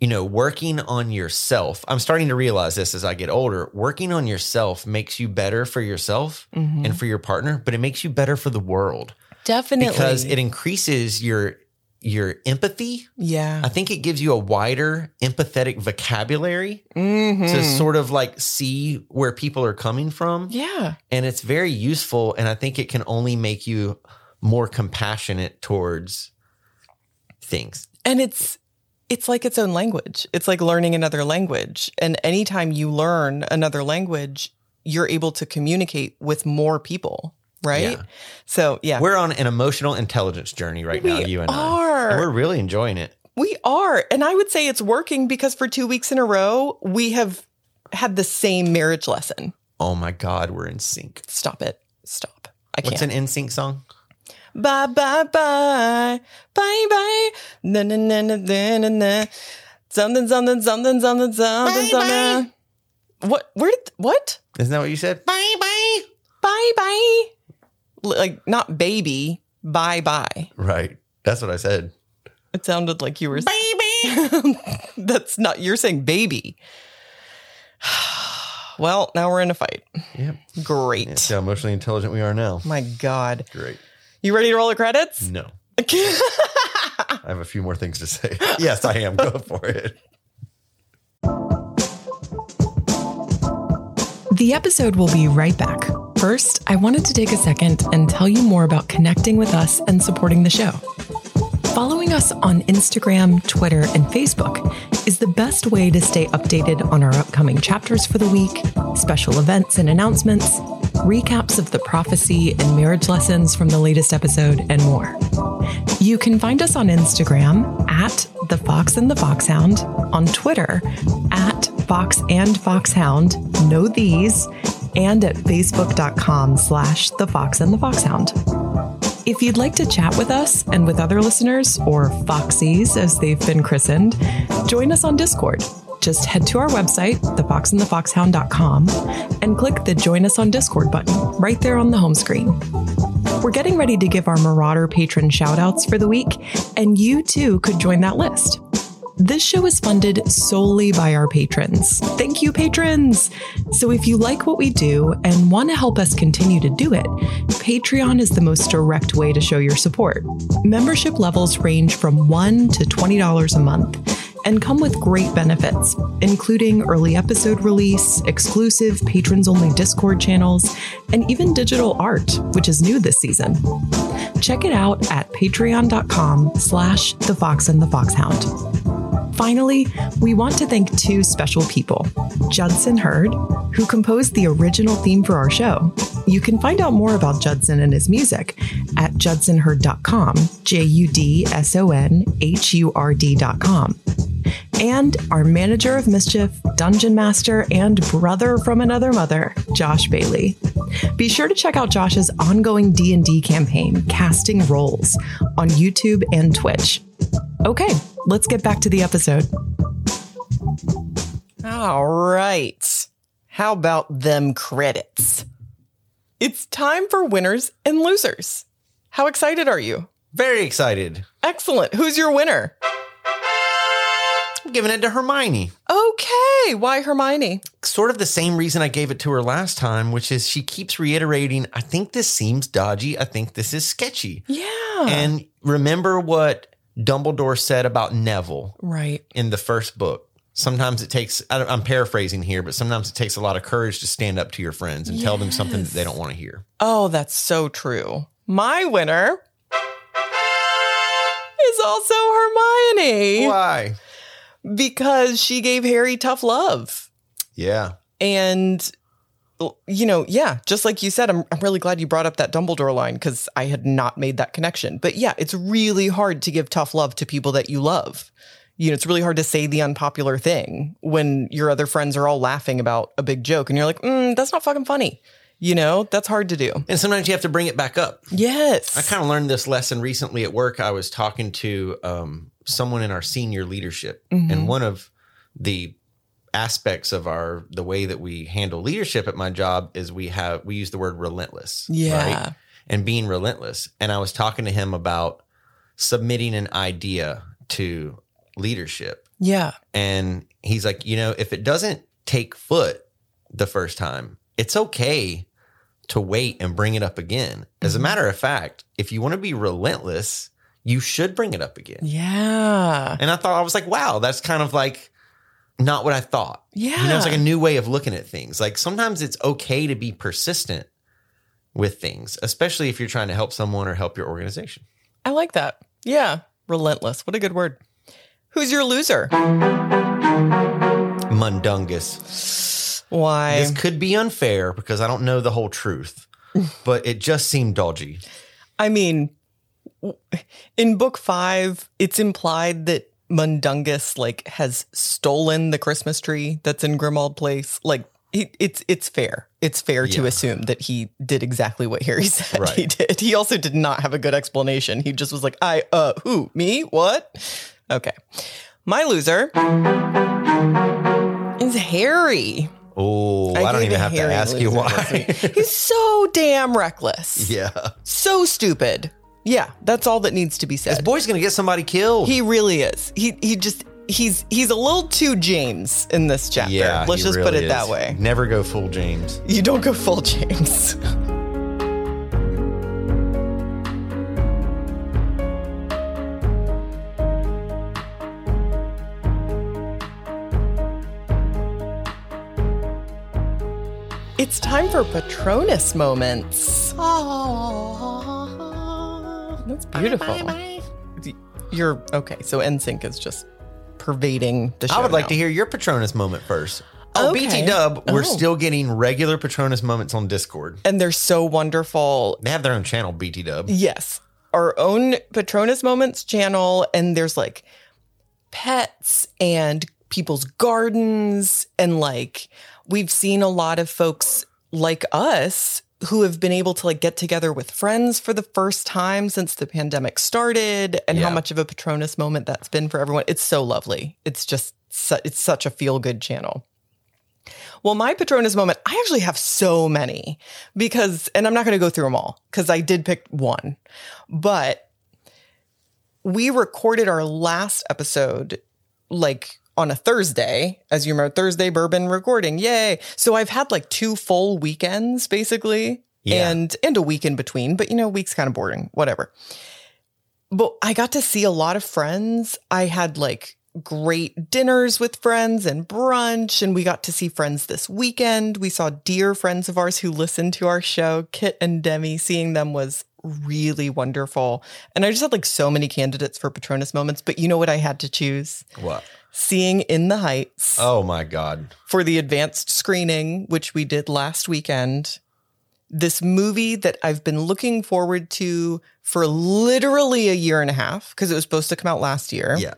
[SPEAKER 2] you know, working on yourself, I'm starting to realize this as I get older, working on yourself makes you better for yourself
[SPEAKER 1] Mhm.
[SPEAKER 2] and for your partner, but it makes you better for the world.
[SPEAKER 1] definitely
[SPEAKER 2] because it increases your your empathy.
[SPEAKER 1] yeah.
[SPEAKER 2] I think it gives you a wider empathetic vocabulary to
[SPEAKER 1] Mhm.
[SPEAKER 2] sort of like see where people are coming from
[SPEAKER 1] yeah.
[SPEAKER 2] and it's very useful and I think it can only make you more compassionate towards things.
[SPEAKER 1] And it's it's like its own language. It's like learning another language. And anytime you learn another language, you're able to communicate with more people, right?
[SPEAKER 2] Yeah.
[SPEAKER 1] So, yeah.
[SPEAKER 2] We're on an emotional intelligence journey right now,
[SPEAKER 1] We
[SPEAKER 2] you and
[SPEAKER 1] are.
[SPEAKER 2] I. And we're really enjoying it.
[SPEAKER 1] We are. And I would say it's working because for two weeks in a row, we have had the same marriage lesson.
[SPEAKER 2] Oh my god, we're in sync.
[SPEAKER 1] Stop it. Stop. I can't.
[SPEAKER 2] What's an in sync song?
[SPEAKER 1] Bye, bye, bye. Bye, bye. Na, na, na, na, na, na, na. Something, something, something, something, something,
[SPEAKER 2] Bye, bye.
[SPEAKER 1] something. What? Where did, what?
[SPEAKER 2] Isn't that what you said? Bye bye.
[SPEAKER 1] Bye, bye. L- Like, not baby. Bye, bye.
[SPEAKER 2] Right. That's what I said.
[SPEAKER 1] It sounded like you were. Baby. That's not, you're saying baby. well, now we're in a fight.
[SPEAKER 2] Yep.
[SPEAKER 1] Great.
[SPEAKER 2] Yeah, see how emotionally intelligent we are now.
[SPEAKER 1] My God.
[SPEAKER 2] Great.
[SPEAKER 1] You ready to roll the credits?
[SPEAKER 2] No. I have a few more things to say. yes, I am. Go for it.
[SPEAKER 5] The episode will be right back. First, I wanted to take a second and tell you more about connecting with us and supporting the show. Following us on Instagram, Twitter, and Facebook is the best way to stay updated on our upcoming chapters for the week, special events and announcements, recaps of the prophecy and marriage lessons from the latest episode, and more. You can find us on Instagram at The Fox and the Foxhound, on Twitter at Fox and Foxhound, know these, and at facebook.com slash The Fox and the Foxhound. If you'd like to chat with us and with other listeners, or Foxies as they've been christened, join us on Discord. Just head to our website, thefoxandthefoxhound.com, and click the Join Us on Discord button right there on the home screen. We're getting ready to give our Marauder patron shoutouts for the week, and you too could join that list. This show is funded solely by our patrons. Thank you, patrons! So if you like what we do and want to help us continue to do it, Patreon is the most direct way to show your support. Membership levels range from $1 to $20 a month and come with great benefits, including early episode release, exclusive patrons only Discord channels, and even digital art, which is new this season. Check it out at patreon.com slash the fox and the foxhound. Finally, we want to thank two special people Judson Hurd, who composed the original theme for our show. You can find out more about Judson and his music at judsonhurd.com, J U D S O N H U R D.com. And our manager of mischief, dungeon master, and brother from another mother, Josh Bailey. Be sure to check out Josh's ongoing D&D campaign, Casting Roles, on YouTube and Twitch. Okay, let's get back to the episode.
[SPEAKER 1] All right. How about them credits? It's time for winners and losers. How excited are you?
[SPEAKER 2] Very excited.
[SPEAKER 1] Excellent. Who's your winner?
[SPEAKER 2] I'm giving it to Hermione.
[SPEAKER 1] Okay. Why Hermione?
[SPEAKER 2] Sort of the same reason I gave it to her last time, which is she keeps reiterating, I think this seems dodgy. I think this is sketchy.
[SPEAKER 1] Yeah.
[SPEAKER 2] And remember what Dumbledore said about Neville
[SPEAKER 1] right.
[SPEAKER 2] in the first book. Sometimes it takes, I don't- I'm paraphrasing here, but sometimes it takes a lot of courage to stand up to your friends and tell them something that they don't want to hear.
[SPEAKER 1] Oh, that's so true. My winner is also Hermione
[SPEAKER 2] Why?
[SPEAKER 1] because she gave Harry tough love.
[SPEAKER 2] Yeah.
[SPEAKER 1] And you know, yeah, just like you said, I'm I'm really glad you brought up that Dumbledore line because I had not made that connection. But yeah, it's really hard to give tough love to people that you love. You know, it's really hard to say the unpopular thing when your other friends are all laughing about a big joke and you're like, mm, that's not fucking funny. You know, that's hard to do.
[SPEAKER 2] And sometimes you have to bring it back up.
[SPEAKER 1] Yes.
[SPEAKER 2] I kind of learned this lesson recently at work. I was talking to um, someone in our senior leadership,
[SPEAKER 1] Mm-hmm.
[SPEAKER 2] and one of the aspects of our the way that we handle leadership at my job is we have we use the word relentless,
[SPEAKER 1] Yeah.
[SPEAKER 2] and being relentless. And I was talking to him about submitting an idea to leadership,
[SPEAKER 1] Yeah.
[SPEAKER 2] and he's like, you know, if it doesn't take foot the first time, it's okay to wait and bring it up again. As a matter of fact, if you want to be relentless, you should bring it up again.
[SPEAKER 1] Yeah.
[SPEAKER 2] And I thought, I was like, wow, that's kind of like not what I thought.
[SPEAKER 1] Yeah.
[SPEAKER 2] You know, it's like a new way of looking at things. Like sometimes it's okay to be persistent with things, especially if you're trying to help someone or help your organization.
[SPEAKER 1] I like that. Yeah. Relentless. What a good word. Who's your loser?
[SPEAKER 2] Mundungus.
[SPEAKER 1] Why?
[SPEAKER 2] This could be unfair because I don't know the whole truth, but it just seemed dodgy.
[SPEAKER 1] I mean, w- in book five, it's implied that Mundungus like has stolen the Christmas tree that's in Grimald Place. Like he, it's it's fair. It's fair to
[SPEAKER 2] Yeah.
[SPEAKER 1] assume that he did exactly what Harry said
[SPEAKER 2] Right.
[SPEAKER 1] he did. He also did not have a good explanation. He just was like, I uh who me what? Okay, my loser is Harry.
[SPEAKER 2] Oh, I, don't
[SPEAKER 1] gave
[SPEAKER 2] even
[SPEAKER 1] a
[SPEAKER 2] have
[SPEAKER 1] Harry
[SPEAKER 2] to ask you
[SPEAKER 1] loser
[SPEAKER 2] why.
[SPEAKER 1] last week. He's so damn reckless.
[SPEAKER 2] yeah.
[SPEAKER 1] So stupid. Yeah, that's all that needs to be
[SPEAKER 2] This
[SPEAKER 1] said.
[SPEAKER 2] boy's going to get somebody killed.
[SPEAKER 1] He really is. He he just he's he's a little too James in this chapter. Let's
[SPEAKER 2] he
[SPEAKER 1] just put
[SPEAKER 2] really
[SPEAKER 1] it that
[SPEAKER 2] is.
[SPEAKER 1] way.
[SPEAKER 2] Never go full James.
[SPEAKER 1] You don't go full James. It's time for Patronus moments. That's beautiful. You're okay. So NSYNC is just pervading the show.
[SPEAKER 2] I would like
[SPEAKER 1] now.
[SPEAKER 2] to hear your Patronus moment first. Oh,
[SPEAKER 1] Okay.
[SPEAKER 2] BT Dub, we're
[SPEAKER 1] Oh.
[SPEAKER 2] still getting regular Patronus moments on Discord.
[SPEAKER 1] and they're so wonderful.
[SPEAKER 2] They have their own channel, BT Dub.
[SPEAKER 1] Yes. Our own Patronus Moments channel, and there's like pets and people's gardens. And like, we've seen a lot of folks like us who have been able to like get together with friends for the first time since the pandemic started and how
[SPEAKER 2] Yeah.
[SPEAKER 1] much of a Patronus moment that's been for everyone. It's so lovely. It's just su- it's such a feel good channel. Well, my Patronus moment, I actually have so many because, and I'm not going to go through them all because I did pick one, but we recorded our last episode like on a Thursday, as you remember, Thursday bourbon recording. Yay. So I've had like two full weekends basically
[SPEAKER 2] Yeah.
[SPEAKER 1] and, and a week in between, but you know, a week's kind of boring, whatever. But I got to see a lot of friends. I had like great dinners with friends and brunch, and we got to see friends this weekend. We saw dear friends of ours who listened to our show, Kit and Demi. Seeing them was really wonderful. And I just had like so many candidates for Patronus moments, but you know what I had to choose?
[SPEAKER 2] What?
[SPEAKER 1] Seeing In the Heights
[SPEAKER 2] Oh my God.
[SPEAKER 1] for the advanced screening, which we did last weekend. This movie that I've been looking forward to for literally a year and a half because it was supposed to come out last year.
[SPEAKER 2] Yeah.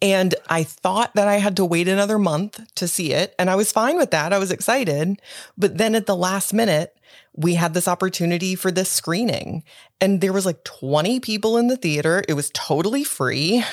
[SPEAKER 1] And I thought that I had to wait another month to see it. And I was fine with that. I was excited. But then at the last minute, we had this opportunity for this screening. And there was like 20 people in the theater. It was totally free.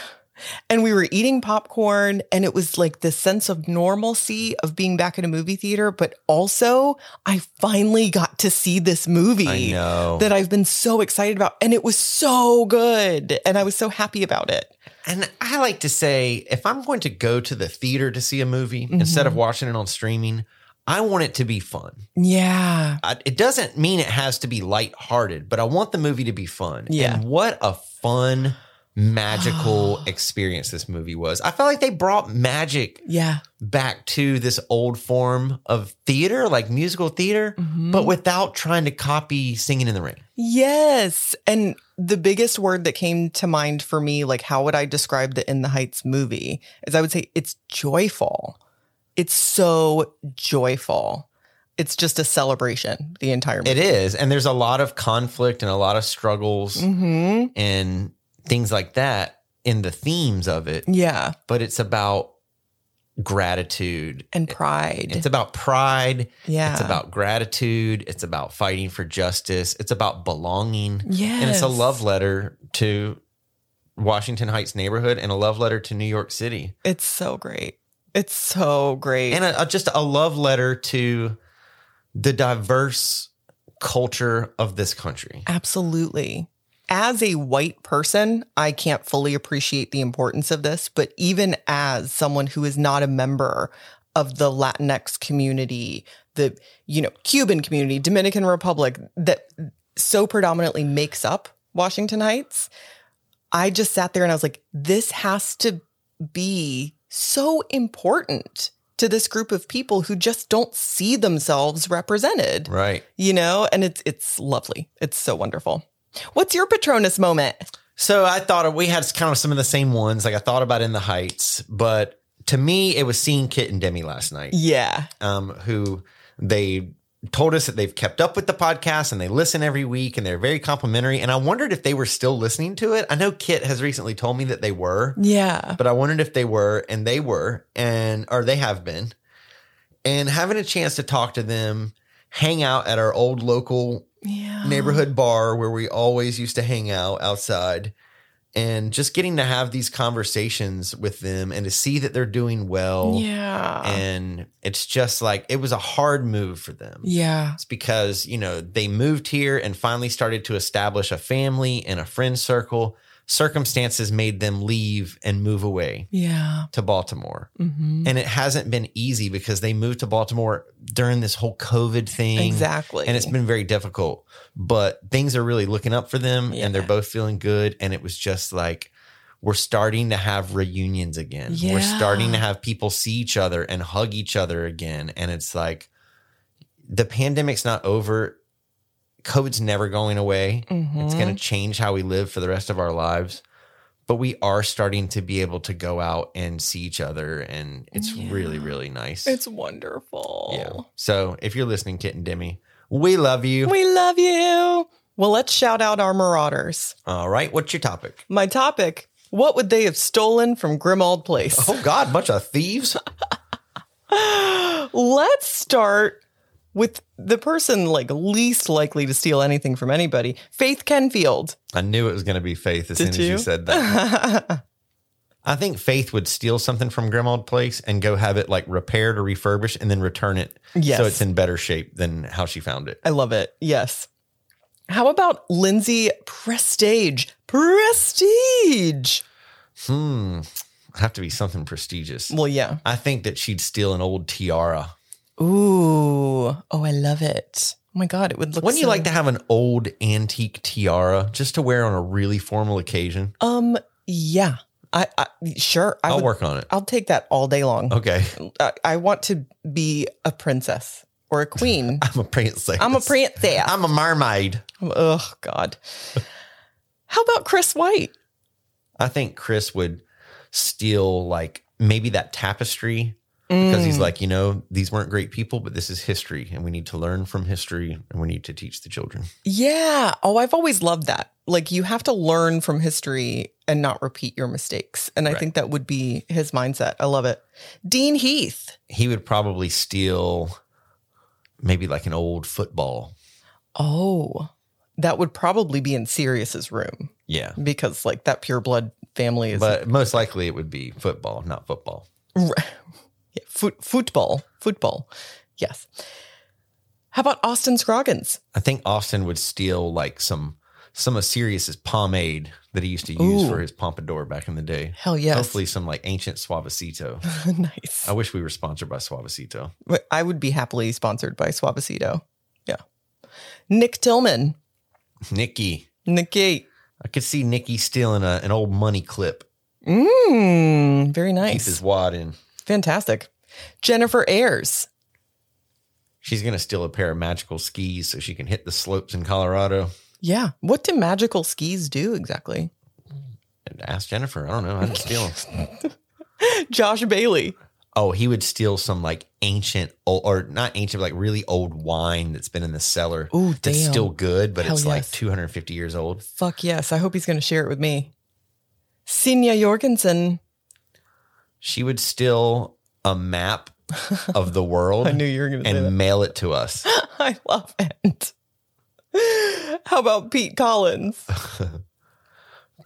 [SPEAKER 1] And we were eating popcorn. And it was like this sense of normalcy of being back in a movie theater. But also, I finally got to see this movie
[SPEAKER 2] I know.
[SPEAKER 1] that I've been so excited about. And it was so good. And I was so happy about it.
[SPEAKER 2] And I like to say, if I'm going to go to the theater to see a movie instead of watching it on streaming, I want it to be fun.
[SPEAKER 1] Yeah.
[SPEAKER 2] I, it doesn't mean it has to be lighthearted, but I want the movie to be fun.
[SPEAKER 1] Yeah.
[SPEAKER 2] And what a fun, magical experience this movie was. I felt like they brought magic
[SPEAKER 1] Yeah.
[SPEAKER 2] back to this old form of theater, like musical theater, but without trying to copy Singing in the Rain.
[SPEAKER 1] Yes. And the biggest word that came to mind for me, like, how would I describe the In the Heights movie? Is I would say it's joyful. It's so joyful. It's just a celebration, the entire movie.
[SPEAKER 2] It is. And there's a lot of conflict and a lot of struggles
[SPEAKER 1] Mm-hmm.
[SPEAKER 2] and things like that in the themes of it,
[SPEAKER 1] Yeah.
[SPEAKER 2] but it's about gratitude.
[SPEAKER 1] And pride.
[SPEAKER 2] It's about pride.
[SPEAKER 1] yeah.
[SPEAKER 2] It's about gratitude. It's about fighting for justice. It's about belonging.
[SPEAKER 1] Yes.
[SPEAKER 2] And it's a love letter to Washington Heights neighborhood and a love letter to New York City.
[SPEAKER 1] It's so great. It's so great.
[SPEAKER 2] and a, a- just a love letter to the diverse culture of this country.
[SPEAKER 1] Absolutely. As a white person, I can't fully appreciate the importance of this, but even as someone who is not a member of the Latinx community, the you know, Cuban community, Dominican Republic that so predominantly makes up Washington Heights, I just sat there and I was like this has to be so important to this group of people who just don't see themselves represented
[SPEAKER 2] Right.
[SPEAKER 1] you know and it's it's lovely it's so wonderful what's your patronus moment
[SPEAKER 2] So I thought we had kind of some of the same ones. Like I thought about in the Heights, but to me, it was seeing Kit and Demi last night,
[SPEAKER 1] yeah
[SPEAKER 2] um, who they told us that they've kept up with the podcast and they listen every week and they're very complimentary. And I wondered if they were still listening to it. I know Kit has recently told me that they were.
[SPEAKER 1] yeah
[SPEAKER 2] but I wondered if they were, and they were, and or they have been, and having a chance to talk to them, hang out at our old local
[SPEAKER 1] yeah
[SPEAKER 2] neighborhood bar where we always used to hang out outside, and just getting to have these conversations with them and to see that they're doing well,
[SPEAKER 1] yeah
[SPEAKER 2] and it's just like it was a hard move for them.
[SPEAKER 1] yeah
[SPEAKER 2] It's because, you know, they moved here and finally started to establish a family and a friend circle. Circumstances made them leave and move away
[SPEAKER 1] yeah
[SPEAKER 2] to Baltimore.
[SPEAKER 1] mm-hmm.
[SPEAKER 2] And it hasn't been easy because they moved to Baltimore during this whole COVID thing.
[SPEAKER 1] exactly
[SPEAKER 2] And it's been very difficult, but things are really looking up for them
[SPEAKER 1] Yeah.
[SPEAKER 2] and they're both feeling good. And it was just like, we're starting to have reunions again. We're
[SPEAKER 1] Yeah.
[SPEAKER 2] starting to have people see each other and hug each other again. And it's like, the pandemic's not over. COVID's never going away. It's
[SPEAKER 1] Mhm.
[SPEAKER 2] going to change how we live for the rest of our lives. But we are starting to be able to go out and see each other. And it's
[SPEAKER 1] Yeah.
[SPEAKER 2] really, really nice.
[SPEAKER 1] it's wonderful
[SPEAKER 2] yeah. So if you're listening, Kit and Demi, we love you.
[SPEAKER 1] we love you well let's shout out our marauders
[SPEAKER 2] All right. What's your topic?
[SPEAKER 1] my topic what would they have stolen from grimald place
[SPEAKER 2] Oh, God, bunch of thieves. Oh.
[SPEAKER 1] Let's start with the person like least likely to steal anything from anybody, Faith Kenfield.
[SPEAKER 2] I knew it was going to be Faith as
[SPEAKER 1] Did
[SPEAKER 2] soon as you
[SPEAKER 1] you?
[SPEAKER 2] said that.
[SPEAKER 1] I
[SPEAKER 2] I think Faith would steal something from Grim Old Place and go have it like repaired or refurbished and then return it
[SPEAKER 1] Yes.
[SPEAKER 2] so it's in better shape than how she found it.
[SPEAKER 1] I love it. Yes. How about Lindsay Prestige? Prestige.
[SPEAKER 2] Hmm. Have to be something prestigious.
[SPEAKER 1] Well, yeah.
[SPEAKER 2] I think that she'd steal an old tiara.
[SPEAKER 1] Ooh. Oh, I love it. Oh my God. It would look
[SPEAKER 2] Wouldn't you
[SPEAKER 1] so-
[SPEAKER 2] like to have an old antique tiara just to wear on a really formal occasion?
[SPEAKER 1] Um, yeah. I, I sure. I
[SPEAKER 2] I'll
[SPEAKER 1] would,
[SPEAKER 2] work Oh. on it.
[SPEAKER 1] I'll take that all day long.
[SPEAKER 2] Okay.
[SPEAKER 1] I, I want to be a princess or a queen.
[SPEAKER 2] I'm a princess.
[SPEAKER 1] I'm a princess.
[SPEAKER 2] I'm a mermaid.
[SPEAKER 1] oh God. How about Chris White?
[SPEAKER 2] I think Chris would steal like maybe that tapestry because
[SPEAKER 1] Mm.
[SPEAKER 2] he's like, you know, these weren't great people, but this is history and we need to learn from history and we need to teach the children.
[SPEAKER 1] Yeah. Oh, I've always loved that. Like you have to learn from history and not repeat your mistakes. And I
[SPEAKER 2] Right.
[SPEAKER 1] think that would be his mindset. I love it. Dean Heath.
[SPEAKER 2] He would probably steal maybe like an old football.
[SPEAKER 1] Oh, that would probably be in Sirius's room
[SPEAKER 2] Yeah.
[SPEAKER 1] because like that pure blood family is
[SPEAKER 2] But most likely it would be football, not football.
[SPEAKER 1] Yeah, foot, football. Football. Yes. How about Austin Scroggins?
[SPEAKER 2] I think Austin would steal like some some of Sirius's pomade that he used to use
[SPEAKER 1] Ooh.
[SPEAKER 2] for his pompadour back in the day.
[SPEAKER 1] Hell yes.
[SPEAKER 2] Hopefully Oh. some like ancient suavecito.
[SPEAKER 1] nice.
[SPEAKER 2] I wish we were sponsored by suavecito.
[SPEAKER 1] But I would be happily sponsored by Suavecito. Yeah. Nick Tillman.
[SPEAKER 2] Nikki.
[SPEAKER 1] Nikki.
[SPEAKER 2] I could see Nikki stealing a, an old money clip.
[SPEAKER 1] Mmm. Very
[SPEAKER 2] Keep his
[SPEAKER 1] nice.
[SPEAKER 2] wad in.
[SPEAKER 1] Fantastic. Jennifer Ayers.
[SPEAKER 2] She's going to steal a pair of magical skis so she can hit the slopes in Colorado.
[SPEAKER 1] Yeah. What do magical skis do exactly?
[SPEAKER 2] And ask Jennifer. I don't know. I didn't steal 'em.
[SPEAKER 1] Josh Bailey.
[SPEAKER 2] Oh, he would steal some like ancient old, or not ancient, but like really old wine that's been in the cellar.
[SPEAKER 1] Ooh,
[SPEAKER 2] That's
[SPEAKER 1] damn.
[SPEAKER 2] still good, but
[SPEAKER 1] Hell
[SPEAKER 2] it's like
[SPEAKER 1] yes.
[SPEAKER 2] 250 years old.
[SPEAKER 1] Fuck yes. I hope he's going to share it with me. Sinja Jorgensen.
[SPEAKER 2] She would steal a map of the world
[SPEAKER 1] I knew you were going to say that.
[SPEAKER 2] and mail it to us.
[SPEAKER 1] I love it. How about Pete Collins?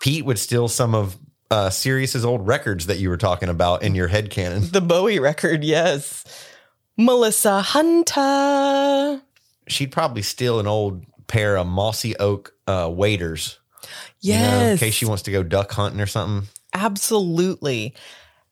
[SPEAKER 2] Pete would steal some of uh, Sirius's old records that you were talking about in your head cannon.
[SPEAKER 1] The Bowie record, yes. Melissa Hunter.
[SPEAKER 2] she'd probably steal an old pair of mossy oak uh, waders. you know, in
[SPEAKER 1] Yes.
[SPEAKER 2] case she wants to go duck hunting or something.
[SPEAKER 1] Absolutely.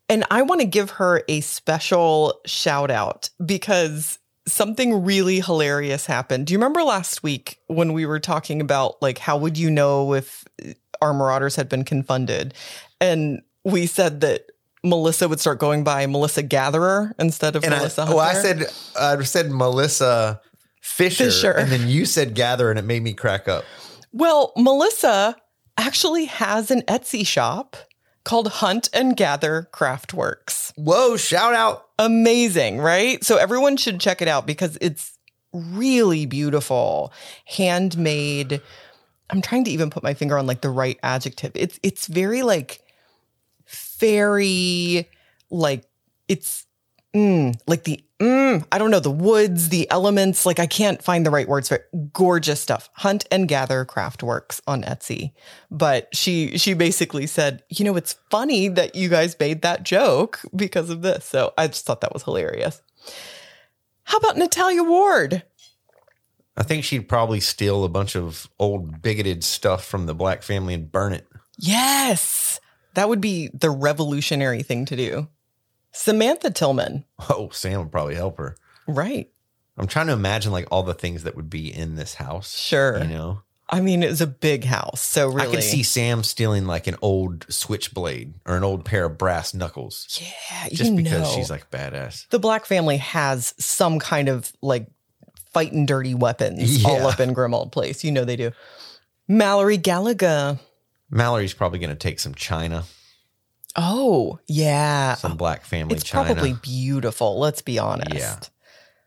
[SPEAKER 1] And I want to give her a special shout out because something really hilarious happened. Do you remember last week when we were talking about like how would you know if uh, our marauders had been confunded? And we said that Melissa would start going by Melissa Gatherer instead of
[SPEAKER 2] And I,
[SPEAKER 1] Melissa
[SPEAKER 2] well, I
[SPEAKER 1] Hunter.
[SPEAKER 2] said I said Melissa Fisher,
[SPEAKER 1] Fisher.
[SPEAKER 2] and then you said Gather, and it made me crack up.
[SPEAKER 1] Well, Melissa actually has an Etsy shop called Hunt and Gather Craftworks.
[SPEAKER 2] Whoa! Shout out!
[SPEAKER 1] Amazing, right? So everyone should check it out because it's really beautiful, handmade. I'm trying to even put my finger on like the right adjective. It's it's very like fairy, like it's mm, like the mm, I don't know the woods, the elements. Like I can't find the right words for it. Gorgeous stuff. Hunt and gather Craftworks on Etsy. But she she basically said, you know, it's funny that you guys made that joke because of this. So I just thought that was hilarious. How about Natalia Ward?
[SPEAKER 2] I think she'd probably steal a bunch of old bigoted stuff from the black family and burn it.
[SPEAKER 1] Yes, that would be the revolutionary thing to do. Samantha Tillman,
[SPEAKER 2] Oh, Sam would probably help her.
[SPEAKER 1] right?
[SPEAKER 2] I'm trying to imagine like all the things that would be in this house.
[SPEAKER 1] Sure.
[SPEAKER 2] You know,
[SPEAKER 1] I mean, it's a big house, so really,
[SPEAKER 2] I could see Sam stealing like an old switchblade or an old pair of brass knuckles.
[SPEAKER 1] Yeah,
[SPEAKER 2] just
[SPEAKER 1] you
[SPEAKER 2] because
[SPEAKER 1] know.
[SPEAKER 2] she's like badass.
[SPEAKER 1] the black family has some kind of like fighting dirty weapons
[SPEAKER 2] Yeah.
[SPEAKER 1] all up in grim old place you know they do mallory gallagher
[SPEAKER 2] Mallory's probably going to take some china,
[SPEAKER 1] oh yeah
[SPEAKER 2] some black family
[SPEAKER 1] it's
[SPEAKER 2] china.
[SPEAKER 1] probably beautiful let's be honest
[SPEAKER 2] Yeah.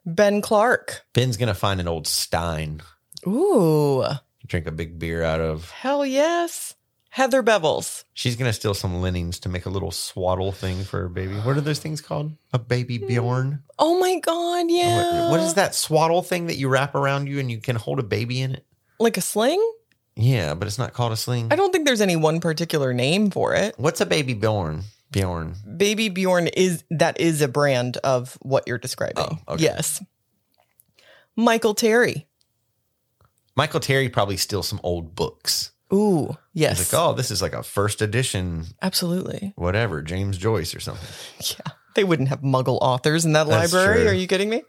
[SPEAKER 1] ben clark
[SPEAKER 2] Ben's going to find an old stein,
[SPEAKER 1] ooh
[SPEAKER 2] drink a big beer out of.
[SPEAKER 1] hell yes heather bevels
[SPEAKER 2] She's going to steal some linens to make a little swaddle thing for her baby. What are those things called? A baby Bjorn?
[SPEAKER 1] oh my god yeah
[SPEAKER 2] What- what is that swaddle thing that you wrap around you and you can hold a baby in it?
[SPEAKER 1] like a sling
[SPEAKER 2] Yeah, but it's not called a sling.
[SPEAKER 1] I don't think there's any one particular name for it.
[SPEAKER 2] What's a baby Bjorn? Bjorn.
[SPEAKER 1] Baby Bjorn is that is a brand of what you're describing.
[SPEAKER 2] Oh, okay.
[SPEAKER 1] Yes. Michael Terry.
[SPEAKER 2] Michael Terry probably steals some old books.
[SPEAKER 1] Ooh,
[SPEAKER 2] He's
[SPEAKER 1] yes.
[SPEAKER 2] like, oh, this is like a first edition,
[SPEAKER 1] Absolutely.
[SPEAKER 2] whatever, James Joyce or something.
[SPEAKER 1] Yeah. They wouldn't have muggle authors in that
[SPEAKER 2] That's
[SPEAKER 1] library.
[SPEAKER 2] true.
[SPEAKER 1] Are you kidding me?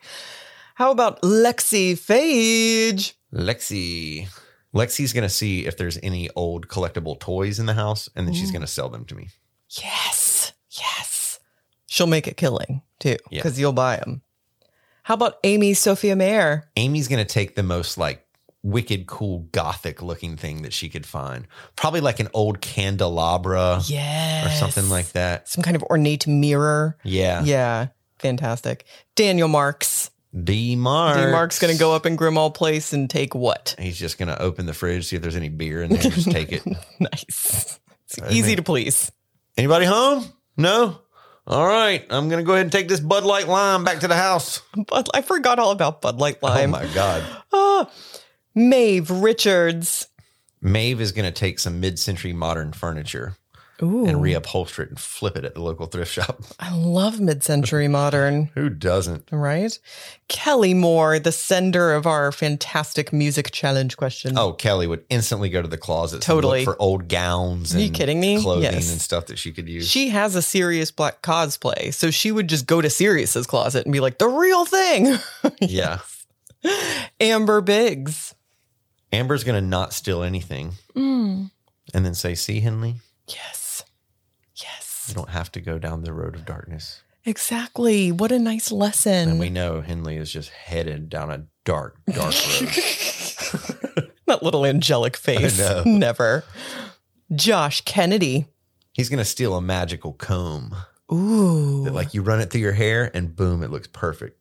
[SPEAKER 1] How about Lexi Phage?
[SPEAKER 2] Lexi. Lexi's going to see if there's any old collectible toys in the house and then she's
[SPEAKER 1] Ooh.
[SPEAKER 2] going to sell them to me.
[SPEAKER 1] Yes. Yes. She'll make a killing too,
[SPEAKER 2] Yeah.
[SPEAKER 1] because you'll buy them. How about Amy Sophia Mayer?
[SPEAKER 2] Amy's going to take the most like wicked cool gothic looking thing that she could find. Probably like an old candelabra
[SPEAKER 1] Yes.
[SPEAKER 2] or something like that.
[SPEAKER 1] Some kind of ornate mirror.
[SPEAKER 2] Yeah.
[SPEAKER 1] Yeah. Fantastic. Daniel Marks.
[SPEAKER 2] D Mark.
[SPEAKER 1] D Mark's going to go up in Grimald Place and take what?
[SPEAKER 2] He's just going to open the fridge, see if there's any beer in there, and just take it.
[SPEAKER 1] nice. It's
[SPEAKER 2] I
[SPEAKER 1] easy
[SPEAKER 2] mean-
[SPEAKER 1] to please.
[SPEAKER 2] Anybody home? No? All right. I'm going to go ahead and take this Bud Light Lime back to the house.
[SPEAKER 1] Bud, I forgot all about Bud Light
[SPEAKER 2] Oh
[SPEAKER 1] Lime.
[SPEAKER 2] my God.
[SPEAKER 1] Ah, Maeve Richards.
[SPEAKER 2] Maeve is going to take some mid century modern furniture
[SPEAKER 1] Ooh.
[SPEAKER 2] and reupholster it and flip it at the local thrift shop.
[SPEAKER 1] I love mid century modern,
[SPEAKER 2] Who doesn't?
[SPEAKER 1] right? Kelly Moore, the sender of our fantastic music challenge question.
[SPEAKER 2] Oh, Kelly would instantly go to the closet
[SPEAKER 1] Totally.
[SPEAKER 2] for old gowns
[SPEAKER 1] Are
[SPEAKER 2] and
[SPEAKER 1] you kidding me?
[SPEAKER 2] clothing
[SPEAKER 1] Yes.
[SPEAKER 2] and stuff that she could use.
[SPEAKER 1] She has a serious black cosplay, so she would just go to Sirius's closet and be like, the real thing.
[SPEAKER 2] yeah.
[SPEAKER 1] Amber Biggs.
[SPEAKER 2] Amber's going to not steal anything and then say, See, Henley,
[SPEAKER 1] Yes.
[SPEAKER 2] you
[SPEAKER 1] Yes.
[SPEAKER 2] don't have to go down the road of darkness.
[SPEAKER 1] Exactly. What a nice lesson.
[SPEAKER 2] And we know Henley is just headed down a dark, dark road.
[SPEAKER 1] that little angelic face.
[SPEAKER 2] know.
[SPEAKER 1] Never. Josh Kennedy.
[SPEAKER 2] He's going to steal a magical comb
[SPEAKER 1] Ooh.
[SPEAKER 2] that, like, you run it through your hair and boom, it looks perfect.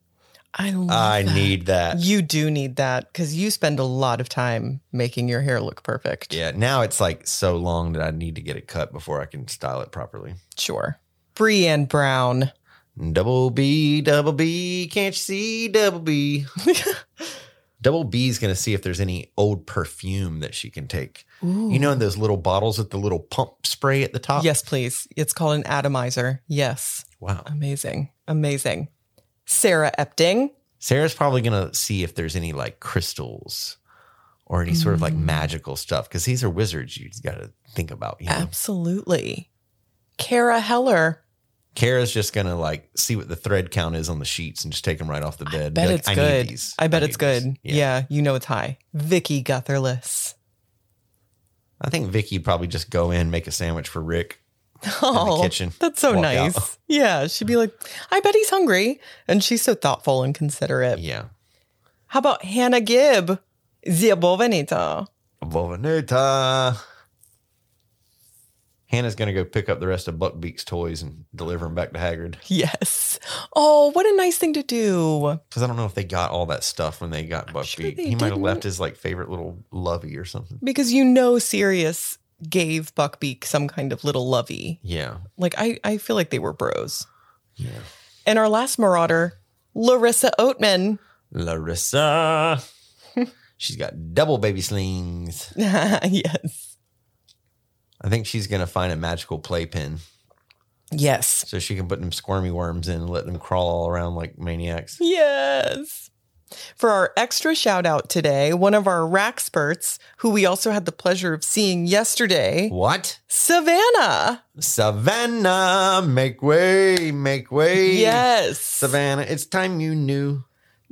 [SPEAKER 1] I love
[SPEAKER 2] I
[SPEAKER 1] that.
[SPEAKER 2] need that.
[SPEAKER 1] You do need that because you spend a lot of time making your hair look perfect.
[SPEAKER 2] Yeah, now it's like so long that I need to get it cut before I can style it properly.
[SPEAKER 1] Sure. Brienne Brown.
[SPEAKER 2] Double B, double B, can't you see double B? double B's gonna see if there's any old perfume that she can take.
[SPEAKER 1] Ooh.
[SPEAKER 2] You know, in those little bottles with the little pump spray at the top.
[SPEAKER 1] Yes, please. It's called an atomizer. Yes.
[SPEAKER 2] Wow.
[SPEAKER 1] Amazing. Amazing. Sarah Epting.
[SPEAKER 2] Sarah's probably gonna see if there's any like crystals or any sort of like
[SPEAKER 1] Mm.
[SPEAKER 2] magical stuff because these are wizards. You just gotta think about. You know?
[SPEAKER 1] Absolutely. Kara Heller.
[SPEAKER 2] Kara's just gonna like see what the thread count is on the sheets and just take them right off the bed. and be
[SPEAKER 1] bet
[SPEAKER 2] like,
[SPEAKER 1] it's
[SPEAKER 2] need
[SPEAKER 1] good.
[SPEAKER 2] these.
[SPEAKER 1] I bet
[SPEAKER 2] need
[SPEAKER 1] it's good.
[SPEAKER 2] these."
[SPEAKER 1] Yeah. you know it's high. Vicky Gutherless.
[SPEAKER 2] I think Vicky would probably just go in, make a sandwich for Rick in the
[SPEAKER 1] Oh,
[SPEAKER 2] kitchen.
[SPEAKER 1] that's so
[SPEAKER 2] walk
[SPEAKER 1] nice.
[SPEAKER 2] out.
[SPEAKER 1] Yeah, she'd be like, I bet he's hungry. And she's so thoughtful and considerate.
[SPEAKER 2] Yeah.
[SPEAKER 1] How about Hannah Gibb? Zia Bovenita.
[SPEAKER 2] Bovanita. Hannah's going to go pick up the rest of Buckbeak's toys and deliver them back to Haggard.
[SPEAKER 1] Yes. Oh, what a nice thing to do.
[SPEAKER 2] Because I don't know if they got all that stuff when they got Buckbeak.
[SPEAKER 1] sure they
[SPEAKER 2] he might have
[SPEAKER 1] didn't.
[SPEAKER 2] left his like favorite little lovey or something.
[SPEAKER 1] Because you know Sirius gave Buckbeak some kind of little lovey.
[SPEAKER 2] Yeah.
[SPEAKER 1] Like I, I feel like they were bros.
[SPEAKER 2] Yeah.
[SPEAKER 1] And our last marauder, Larissa Oatman.
[SPEAKER 2] Larissa. she's got double baby slings.
[SPEAKER 1] yes.
[SPEAKER 2] I think she's going to find a magical playpen
[SPEAKER 1] Yes.
[SPEAKER 2] so she can put them squirmy worms in and let them crawl all around like maniacs.
[SPEAKER 1] Yes. For our extra shout out today, one of our Raxperts, who we also had the pleasure of seeing yesterday,
[SPEAKER 2] What?
[SPEAKER 1] Savannah.
[SPEAKER 2] Savannah, make way, make way.
[SPEAKER 1] Yes.
[SPEAKER 2] Savannah, it's time you knew.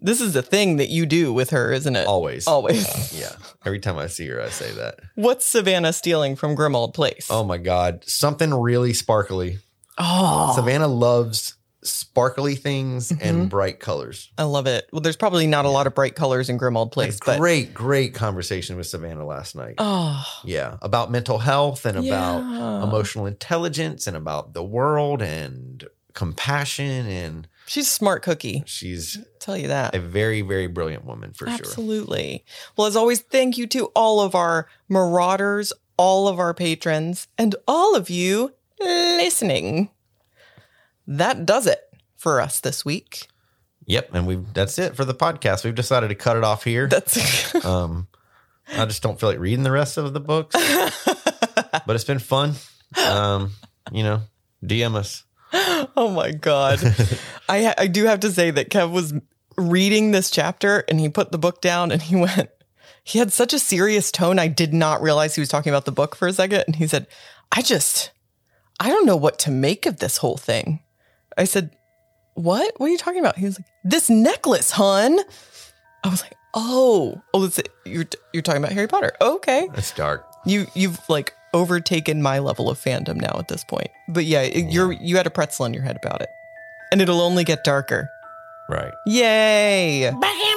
[SPEAKER 1] This is a thing that you do with her, isn't it?
[SPEAKER 2] Always.
[SPEAKER 1] Always.
[SPEAKER 2] Yeah. Every time I see her, I say that.
[SPEAKER 1] What's Savannah stealing from Grimald Place?
[SPEAKER 2] Oh my God. Something really sparkly.
[SPEAKER 1] Oh,
[SPEAKER 2] Savannah loves sparkly things and bright colors.
[SPEAKER 1] I love it. Well, there's probably not a lot of bright colors in Grimald
[SPEAKER 2] Had
[SPEAKER 1] Place,
[SPEAKER 2] a
[SPEAKER 1] but
[SPEAKER 2] great, great conversation with Savannah last night.
[SPEAKER 1] oh,
[SPEAKER 2] Yeah. About mental health and about
[SPEAKER 1] yeah.
[SPEAKER 2] emotional intelligence and about the world and compassion. And
[SPEAKER 1] She's a smart cookie.
[SPEAKER 2] she's
[SPEAKER 1] Tell you that.
[SPEAKER 2] a very, very brilliant woman for sure.
[SPEAKER 1] Absolutely. Well, as always, thank you to all of our marauders, all of our patrons, and all of you listening. That does it for us this week.
[SPEAKER 2] Yep, and we have that's it for the podcast. We've decided to cut it off here.
[SPEAKER 1] That's
[SPEAKER 2] um, I just don't feel like reading the rest of the books, but it's been fun. Um, you know, DM us.
[SPEAKER 1] oh my god. I ha- I do have to say that Kev was reading this chapter and he put the book down and he went he had such a serious tone I did not realize he was talking about the book for a second and he said, "I just I don't know what to make of this whole thing." I said, "What? What are you talking about?" He was like, "This necklace, hun." I was like, "Oh, oh, it's, you're you're talking about Harry Potter. Okay."
[SPEAKER 2] It's dark.
[SPEAKER 1] You you've like overtaken my level of fandom now at this point. But yeah, it- you're you had a pretzel in your head about it. And it'll only get darker.
[SPEAKER 2] Right.
[SPEAKER 1] Yay!
[SPEAKER 6] Back